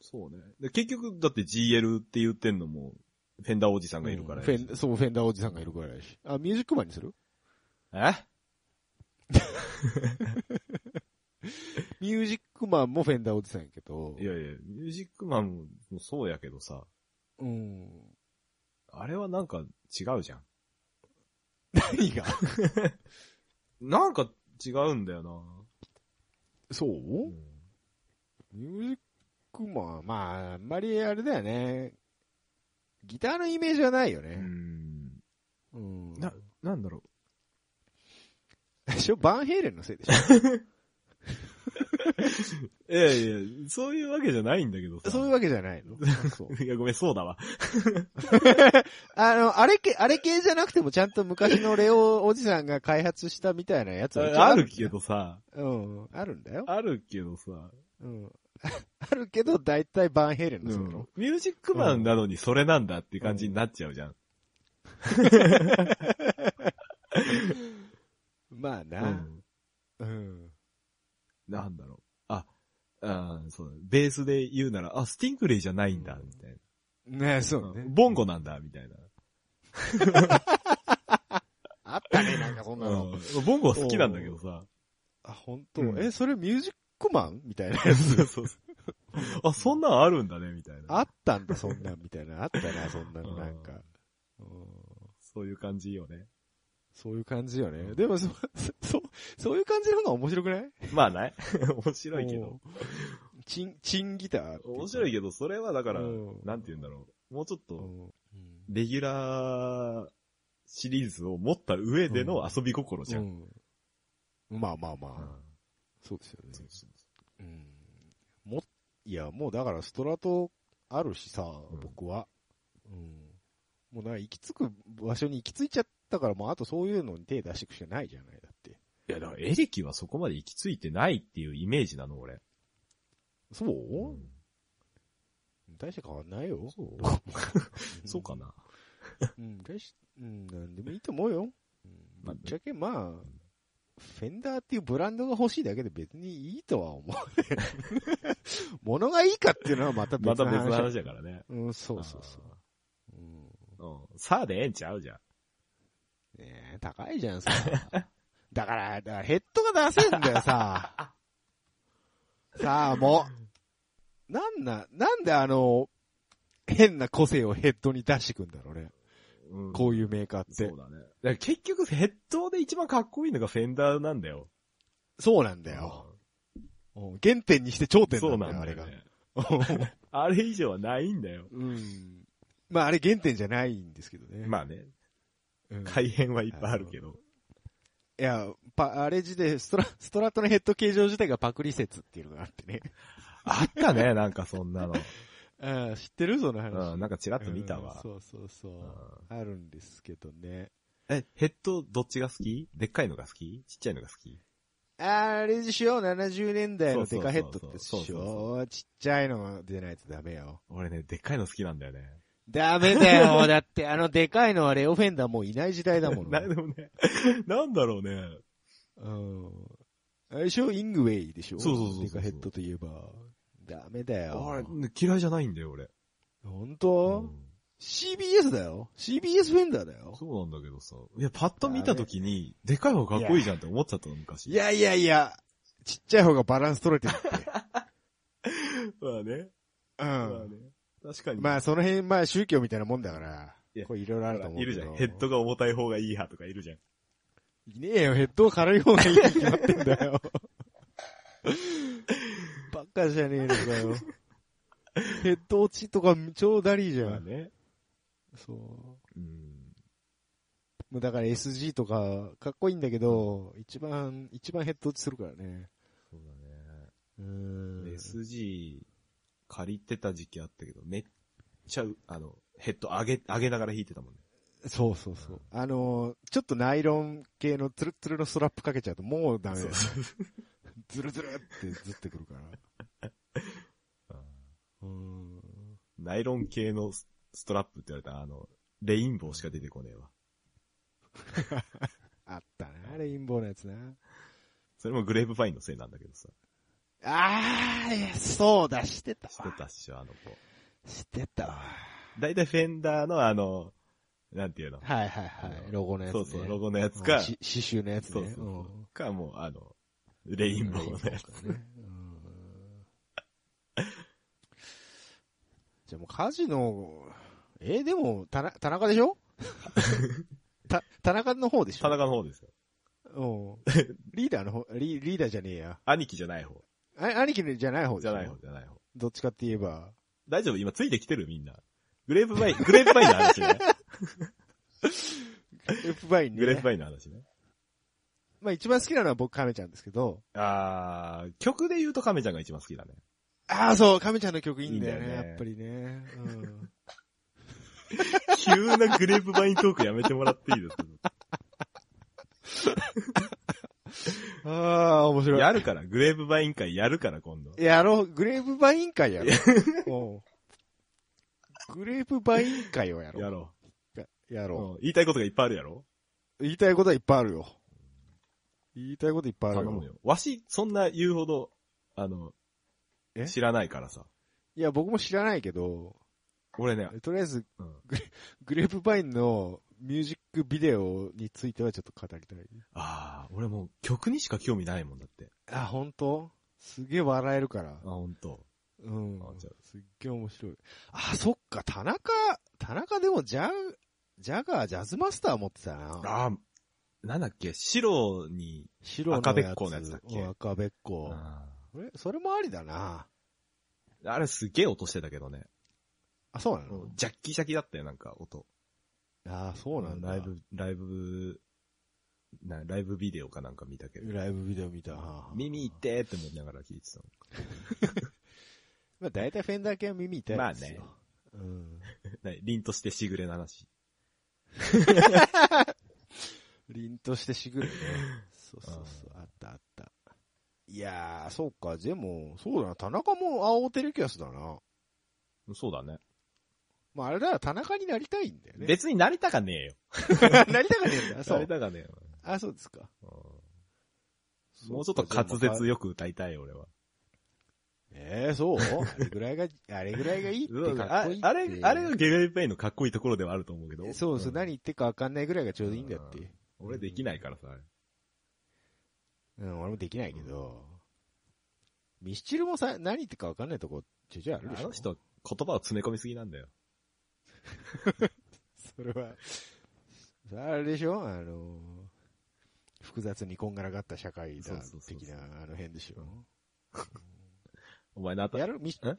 そうね。で結局、だって GL って言ってんのも、フェンダーおじさんがいるからフェンそう、フェンダーおじさんがいるからやし。あ、ミュージックバーにするえミュージックマンもフェンダーおじさんやけど。いやいや、ミュージックマンもそうやけどさ、うん。あれはなんか違うじゃん。何がなんか違うんだよな。そううんミュージックマン、まあ、あんまりあれだよね。ギターのイメージはないようね。ん。うん。な、なんだろでしょバンヘイレンのせいでしう。いやいや、そういうわけじゃないんだけどょ さ。そういうわけじゃないのそう。いや、ごめん、そうだわ。あの、あれ系、あれ系じゃなくてもちゃんと昔のレオおじさんが開発したみたいなやつはあるけ。どさ、うん。あるんだよ。あるけどさ、うん。 あるけど、だいたいバンヘイレンのせいだろ。ミュージックマンなのにそれなんだって感じになっちゃうじゃん。まあうな。ん。うん。なんだろう。あ、あーそうだベースで言うなら、あ、スティングレイじゃないんだ、みたいねそうな。ね。ボンゴなんだ、みたいな。あったね、なんかそんなの。うんボンゴ好きなんだけどさ。あ、本当、うんえ、それミュージックマンみたいなやつ。 そうそうそう。あ、そんなんあるんだね、みたいな。あったんだ、そんなん、みたいな。あったな、そんなの、うんなんか。うんそういう感じよね。そういう感じよね。でも、そ、 そ、そういう感じの方が面白くないまあない 面白いけど。。うんチン、チンギター。面白いけけど、それはだからうん、なんて言うんだろう。もうちょっと、ど。レギュラーシリーズを持った上での遊び心じゃん。うんまあまあまうあ、んそうですよね。そうそうそうん。も、いや、もうだからストラトあるしさ、うん僕は。うん。もうなんか行き着く場所に行き着いちゃったから、もうあとそういうのに手出していくしかないじゃない、だって。ういや、だからエレキはそこまで行き着いてないっていうイメージなの、俺。そう、うん大して変わんないよ。そうん そうか。な。うん、大し、うん、なんでもいいと思うよ。うんぶっちゃけまあ、フェンダーっていうブランドが欲しいだけで別にいいとは思う。 物がいいかっていうのはまたま別たの別話。の話だからね。うん、そうそうそう。うんうん。さあでええんちゃうじゃん。ねえ、高いじゃんさ。だから、だからヘッドが出せんだよさ。 さあ、もう。なんな、なんであの、変な個性をヘッドに出してくんだろうね。うんこういうメーカーって。そそううだね。だから結局、ヘッドで一番かっこいいのがフェンダーなんだよ。なんだよ。うん原点にして頂うん。点そうなんなだんよ、あだれよ、が。ね。 あれ以上はないんだよ。うん。まあ、あれ原点じゃないんですけどね。まあね、うん改変はいっぱいあるけど。いや、パ、あれ自体、ストラ、ストラトのヘッド形状自体がパクリ説っていうのがあ ってね。あったね、なんかそんなの。うん、知ってるその話。うん、なんかちらっと見たわ。うんそうそうそう。うあるんですけどね。え、ヘッドどっちが好きでっかいのが好きちっちゃいのが好きあれでしょ ?70 年代のデカヘッドってでそうそうしそうょちっちゃいのでないとダメよ。俺ね、でっかいの好きなんだよね。ダメだ よ。だってあのでかいのはレオフェンダーもう いない時代だもん。なでもね、なんだろうね。うん。あれでしょイングウェイでしょそうそうそうそうデカヘッドといえば。ダメだあよ。れ、嫌いじゃないんだよ、俺。本う当、ん ?CBS だよ。CBS フェンダーだよ。そうなんだけどさ。いや、パッと見たときに、でかい方がかっこいいじゃんって思っちゃったの、昔。い、やいやいや、ちっちゃい方がバランス取れ てるって。まあね。うまあん。ね。確かに。まあ、その辺、まあ、宗教みたいなもんだからい、やこれいろいろあると思ういけど。るじゃん。ヘッドが重たい方がいい派とかいるじゃん。いねえよ、ヘッドは軽い方がいいに決まってんだ よ。ばっかじゃねえのかよ。ヘッド落ちとか超ダリーじゃまあん。ね。そう。うん。もうだから SG とか、かっこいいんだけど、一番、一番ヘッド落ちするからね。そううだんね。。SG 借りてた時期あったけど、めっちゃう、あの、ヘッド上げ、上げながら弾いてたもんね。そうそうそう。あのー、ちょっとナイロン系のツルッツルのストラップかけちゃうともうダメだよ。ズルズルってずってくるから。うんうん。 ナイロン系のスストラップって言われたら、あの、レインボーしか出てこねえわ。あったな、レインボーのやつな。それもグレープファインのせいなんだけどさ。あー、いやそうだ、してたしてわ。たっしょ、あの子。してたわ。だいたいフェンダーのあの、なんていうの。はいはいはい。ロゴのやつ、そね。うそう、ロゴのやつか、うんし刺繍のやつね。そうそうそう。か、もう、あの、レインボーのやつ。つね。うんじゃあもうカジノ、えーでも、田中田中でしょ た、田中の方でしょ田中の方ですよ。うん。リーダーの方、リリーダーじゃねえや。兄貴じゃない方。あ、兄貴じゃない方でしじょゃない方、じゃない方。どっちかって言えば。大丈夫今ついてきてるみんな。グレープバイン、グレープバインの話ね。 F バインね。グレープバインの話ね。まあ一番好きなのは僕亀ちゃんですけど。あー、曲で言うと亀ちゃんが一番好きだね。ああ、そう、亀ちゃんの曲いいんだよね、いいんだよねやっぱりね。 うん。急なグレープバイントークやめてもらっていいです ああ、面白い。やるから、グレープバイン会やるから今度。やろう、グレープバイン会やろう。うんグレープバイン会をやろう。やろややう。ろうん言いたいことがいっぱいあるやろう。言いたいことはいっぱいあるよ。言いたいこといっぱいある頼よむ。よ。わし、そんな言うほど、あのえ、知らないからさ。いや、僕も知らないけど、俺ね、とりあえず、うんグレープバインのミュージックビデオについてはちょっと語りたい。あー、俺もう曲にしか興味ないもんだって。あ、本当すげえ笑えるからあ、。ほんと。うんあじゃあ。すっげえ面白い。あ、そっか、田中、田中でもジャ、ジャガー、ジャズマスター持ってたな。あー、なんだっけ、白に、白のやつ。赤べっこのやつだっけうん赤べっこ。あそれ、それもありだな。ーあれすげえ音してたけどね。あ、そうなの、ジャッキシャキだったよ、なんか音。ああ、そうなんだ。ライブ、ライブ、なライブビデオかなんか見たけど。ライブビデオ見た。はあはあ耳痛えって思いながら聞いてたの。まあ、大体フェンダー系は耳痛いですよ。まあね。うん。ね凛としてしぐれの話。凛としてしぐるね。そうそうそう。あったあった。いやー、そうか。でも、そうだな。田中も青テレキャスだな。そうだね。まあ、あれだら田中になりたいんだよ ね。別になりたかねえよ。なりたかねえんだ。そなりう。たかねえよ。あ、そうですか。うんもうちょっと滑舌よく歌いたい、俺は。ええー、そうあれぐらいが、あれぐらいがいいってかっあこいいってあれ、あれがゲレイペイのかっこいいところではあると思うけど。そうそう、ん何言ってか分かんないぐらいがちょうどいいんだって。俺できないからさ、あれうん、俺もできないけど。ミスチルもさ、何言ってか分かんないとこ、ちょいちょいあるでしょあの。人、言葉を詰め込みすぎなんだよ。それは、それはあれでしょあの、複雑にこんがらがった社会そうだそうそう、そう的な、あの辺でしょ。お前なたや、るミスえ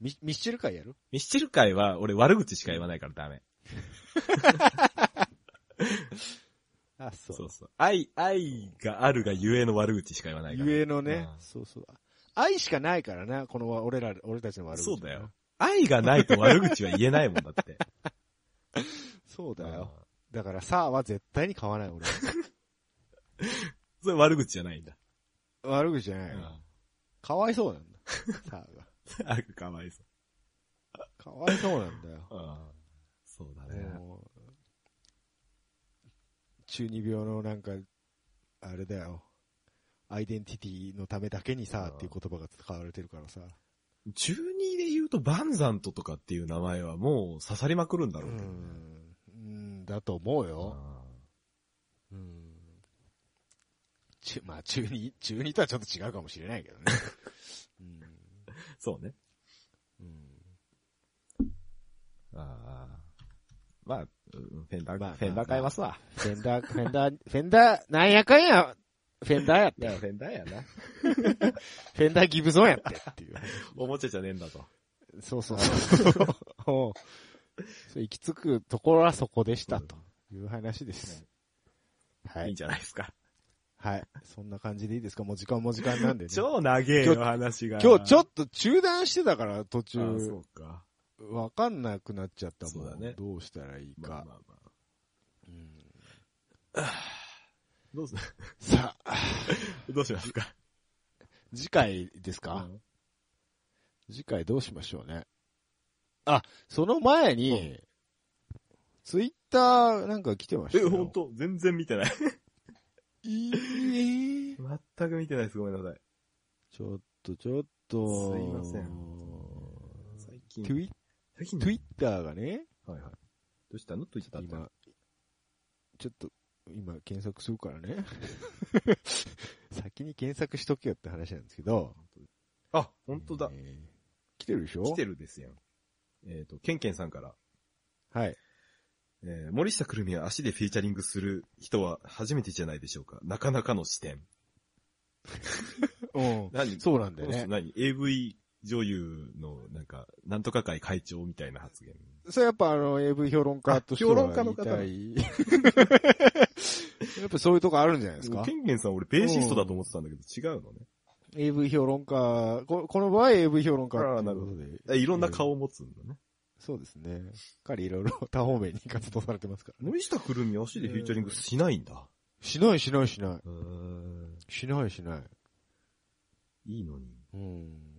ミスミスチル会やるミスチル界は俺悪口しか言わないからダメ。あ、そ。そううそう。愛、愛があるがゆえの悪口しか言わないから。ゆえのねう、んそうそう。愛しかないからな、このわ俺ら、俺たちの悪口。そうだよ。。愛がないと悪口は言えないもんだ って。そうだよ。だから、さあは絶対に買わない、俺は。うん。それ悪口じゃないんだ。悪口じゃうないよ。ん。かわいそうなんだ。さあが。あ、かわいそかわいそう なんだよ。う。うん。そうだね。もう、中二病のなんか、あれだよ。アイデンティティのためだけにさ、っていう言葉が使われてるからさ。中二で言うとバンザントとかっていう名前はもう刺さりまくるんだうろうけどね。ん。うん、だと思ううんよ。うん。ちゅまあ、中二、中二とはちょっと違うかもしれないけどね。うん。そうね。うんあーまあ、うんフェンダー、まあフェンダー買いますわ。フェンダー、フェンダー、フェンダー、なんやかんや、フェンダーやっいて。や、フェンダーやな。フェンダーギブソンやってっていう。 おもちゃじゃねえんだと。そうそう そう。おうそう行き着くところはそこでしたという話です。はいいんい。じゃないです か。はい。そんな感じでいいですかもう時間も時間なんでね。超長えよ、話が。今日ちょっっと中断してたから途中、そうか。わかんなくなっちゃったもんそうだねどうしたらいいか。まあまあまあ。うんどうす、さあ、 どうしますか。次回ですか、うん次回どうしましょうね。あ、その前に、ツイッターなんか来てましたえ、よ。ほんと全然見てない。いいえ全く見てないです。ごめんなさい。ちょっと、ちょっと。すいません最近。ツイ最近ツイッターがね、はいはい。どうしたのと言ったって今、ちょっと、今検索するからね。 先に検索しとけよって話なんですけど。あ、本当だ。えー来てるでしょ来てるですやん。えっ、と、ケンケンさんから、はい。えー森下くるみは足でフィーチャリングする人は初めてじゃないでしょうか。なかなかの視点。うん。何そうなんだこよのね。人何 ?AV 女優の、なんか、なんとか会会長みたいな発言。それやっぱあの、AV 評論家としてはあ評論家の方だ言い たいやっぱそういうとこあるんじゃないですかケンケンさん俺ベーシストだと思ってたんだけど違うのね。 ?AV 評論家、ここの場合 AV 評論家ああということで。えいろんな顔を持つんだね。そうですね。彼いろいろ多方面に活動されてますからね。森下くるみは足でフィーチャリングしないんだ。しないしないしなうーん。い。しないしない。いいのに。うん。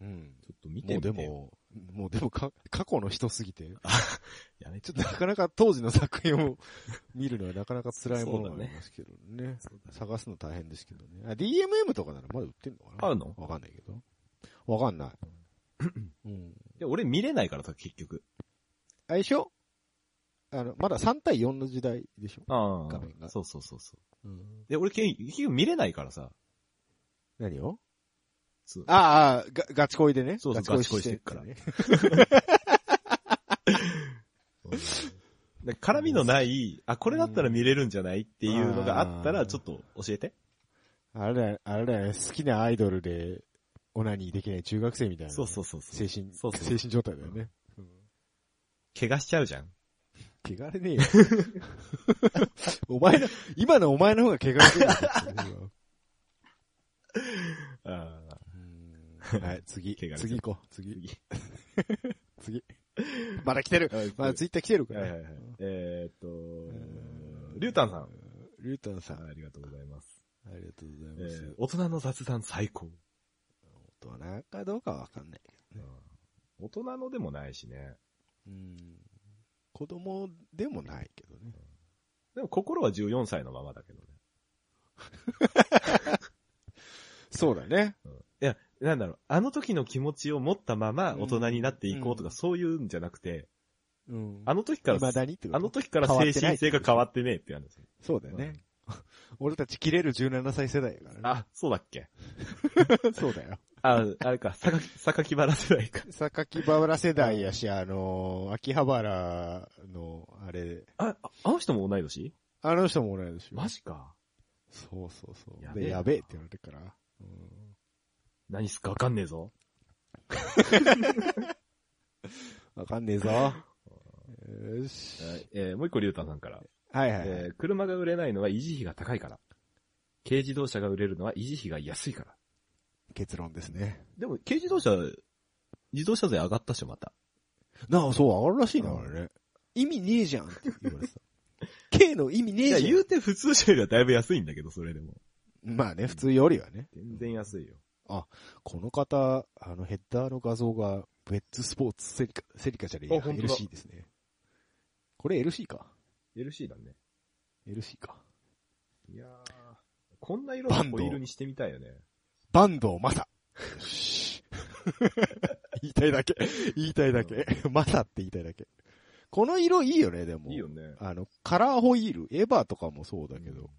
うん。ちょっと見てもうみてでよ。も、もうでもか、過去の人すぎて、やめちちょゃっとなかなか当時の作品を 見るのはなかなか辛いものがありますけどね。そうだね探すの大変ですけどね。あ、DMM とかならまだ売ってんのかなあるのわかんないけど。わかん ない。うん。で俺見れないからさ、結局。相性あの、まだ3対4の時代でしょあ画面がそうそうそうそう。うん。で、俺結局見れないからさ。何をそうああ、ガガチ恋でね。そうそうガチ恋してるガチから恋ね。 で絡みのない、あ、これだったら見れるんじゃないっていうのがあったあら、ーちょっと教えて。あれだよ、あれだよね、好きなアイドルで、オナニーできない中学生みたいな。そうそうそうそ精う。神、そうそう精神状態だよね。怪我しちゃうじゃん。汚れねえよ。お前の、今のお前の方が汚れてるよ。ああ。うん はい、次汚れて。る次行こう。次。 次。まだ来てる。まだはツイッター来てるかいら。はいはい。えーっとう、んりゅうたんさん。リュウタンさん、あありがとうございます。りがとうございえます。ー大人の雑談最高。大人かどうかわかんないけどね。大人のでもないしね。うん。子供でもないけどね。でも心は14歳のままだけどね。そうだね。うんいや、なんだろう、あの時の気持ちを持ったままうん大人になっていこうとか、うんそういうんじゃなくて、うん。あの時から、未だにってことあの時から精神性が変わってねえって話。そうだよね。俺たち切れる17歳世代だからね。あ、そうだっけそうだよ。あ、あれか、坂木、坂木原世代か。 榊原世代やし、あのー秋葉原の、あれ、あ、ああの人も同い年あの人も同い年よ。マジか。そうそうそう。ややべべええ。なやべえって言われてから。うん何すかわかんねえぞ。わかんねえぞ。よし。はいえーもう一個、りゅうたさんから。はいはいはい。えー車が売れないのは維持費が高いから。軽自動車が売れるのは維持費が安いから。結論ですね。でも、軽自動車、自動車税上がったっしょ、また。なあ、そう、上がるらしいな、うんあれね。意味ねえじゃんって言われてた。K の意味ねいや、えじゃ言んう。て普通車よりはだいぶ安いんだけど、それでも。まあね、普通よりはね。全然安いよ。この方、あのヘッダーの画像が、ウェッツスポーツセリカ、セリカじゃねえやあ本当だ LC ですね。これ LC か。 LC だね。 LC か。いやー、こんな色のホイールにしてみたいよね。バンドマサ。よし 言いたいだけ。言いたいだけ。マサって言いたいだけ。この色いいよね、でも。いいよね。あの、カラーホイール、エヴァとかもそうだけど。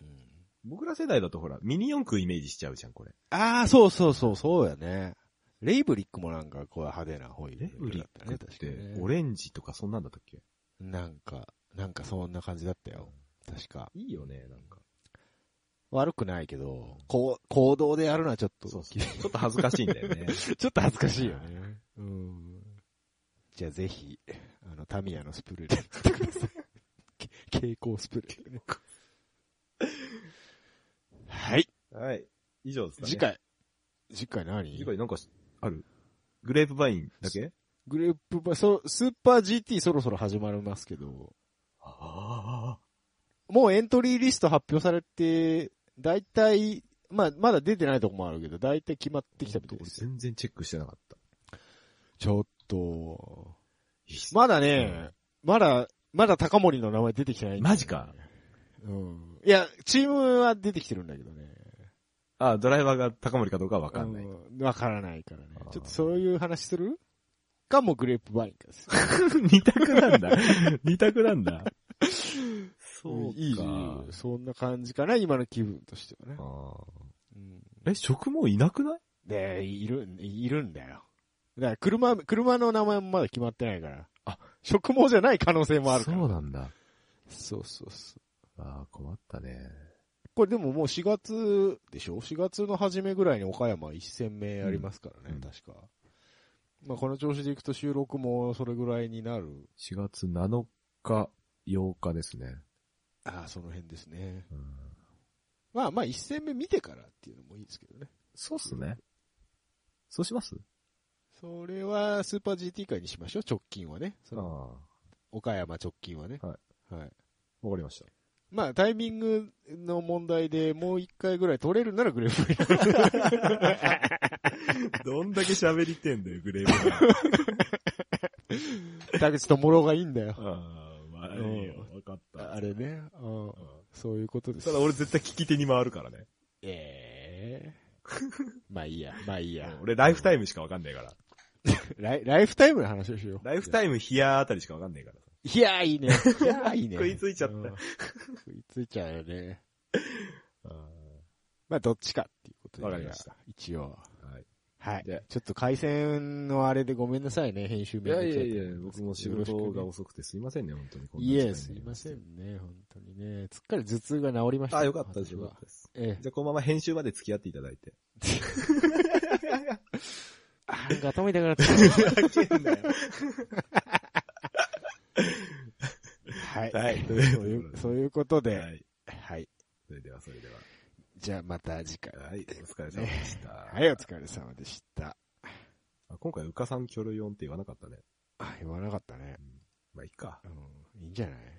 うん僕ら世代だとほら、ミニ四駆イメージしちゃうじゃん、これ。ああ、そうそうそう、そうやね。レイブリックもなんかこう派手なホイール、レブリック確っかにねて、オレンジとかそんなんだったっけなんか、なんかそんな感じだったよ。確か。いいよね、なんか。悪くないけど、こう、行動でやるのはちょっと、そうそう。ちょっと恥ずかしいんだよ ね。 ちょっと恥ずかしいよね。うん。じゃあぜひ、あの、タミヤのスプレーで やってください。け蛍光スプレー、ね。はい。はい。以上ですかね。次。回。次回何次回なんかし、あるグレープバインだけグレープバそ、スーパー GT そろそろ始まりますけど、ああ。もうエントリーリスト発表されて、だいたい、まあ、まだ出てないとこもあるけど、だいたい決まってきたみたいですよ。全然チェックしてなかった。ちょっと、いいっすねまだね、まだ、まだ高森の名前出てきてない、マジか。うん。いや、チームは出てきてるんだけどね。あ、ドライバーが高森かどうかはわかんない。 うんわからないからねあー。ちょっとそういう話するかもグレープバインかです。二択なんだ。 二択なんだ。そうか。いいそんな感じかな、今の気分としてはねあ。ーうんえ、職もいなくないで、いる、いるんだよ。だから車、車の名前もまだ決まってないから。あ、植毛じゃない可能性もあるから。そうなんだ。そうそうそう。ああ、困ったね。これでももう4月でしょ ?4 月の初めぐらいに岡山1戦目ありますからね、うん確か。まあこの調子でいくと収録もそれぐらいになる。 4月7日、8日ですね。ああ、その辺ですね。うん、まあまあ1戦目見てからっていうのもいいですけどね。そうっすね。そうしますそれはスーパー GT 界にしましょう、直近はね。そああの、岡山直近はね。。はいはい。わかりました。まあ、タイミングの問題でもう一回ぐらい取れるならグレープフリー。どんだけ喋りてんだよ、グレープ が。田口智郎がいいん だよ。ああ、まあいいよわかっあれね。うんうんそういうことです。ただ俺絶対聞き手に回るからね。ええまあいいや、まあいいや。俺ライフタイムしかわかんないから。ライライフタイムの話をしよう。ライフタイムヒアあたりしかわかんないからさ。いや、いいね。いや、いいね。食いついちゃったうん食いついちゃうよね。あまあ、どっちかっていうことで。わかりました。一応。あはい。はいで。ちょっと回線のあれでごめんなさいね、編集い面や倒くいさやと思いやん、です僕けども仕事が遅くてすいませんね、本当に。こんない時間え、にすいませんね、本当にね。すっかり頭痛が治りました。あ、よかったです、私よはかったです。ええ。じゃあ、このまま編集まで付き合っていただいて。あ、なんか頭痛くなった。 はい。はいそういう、そういうことで、はい。はい。それでは、それでは。じゃあまた次回。はい、お疲れ様でした。はい、お疲れ様でした。あ今回、うかさんキョロヨンって言わなかったね。あ、言わなかったね。まあ、いいか。うん、いいんじゃない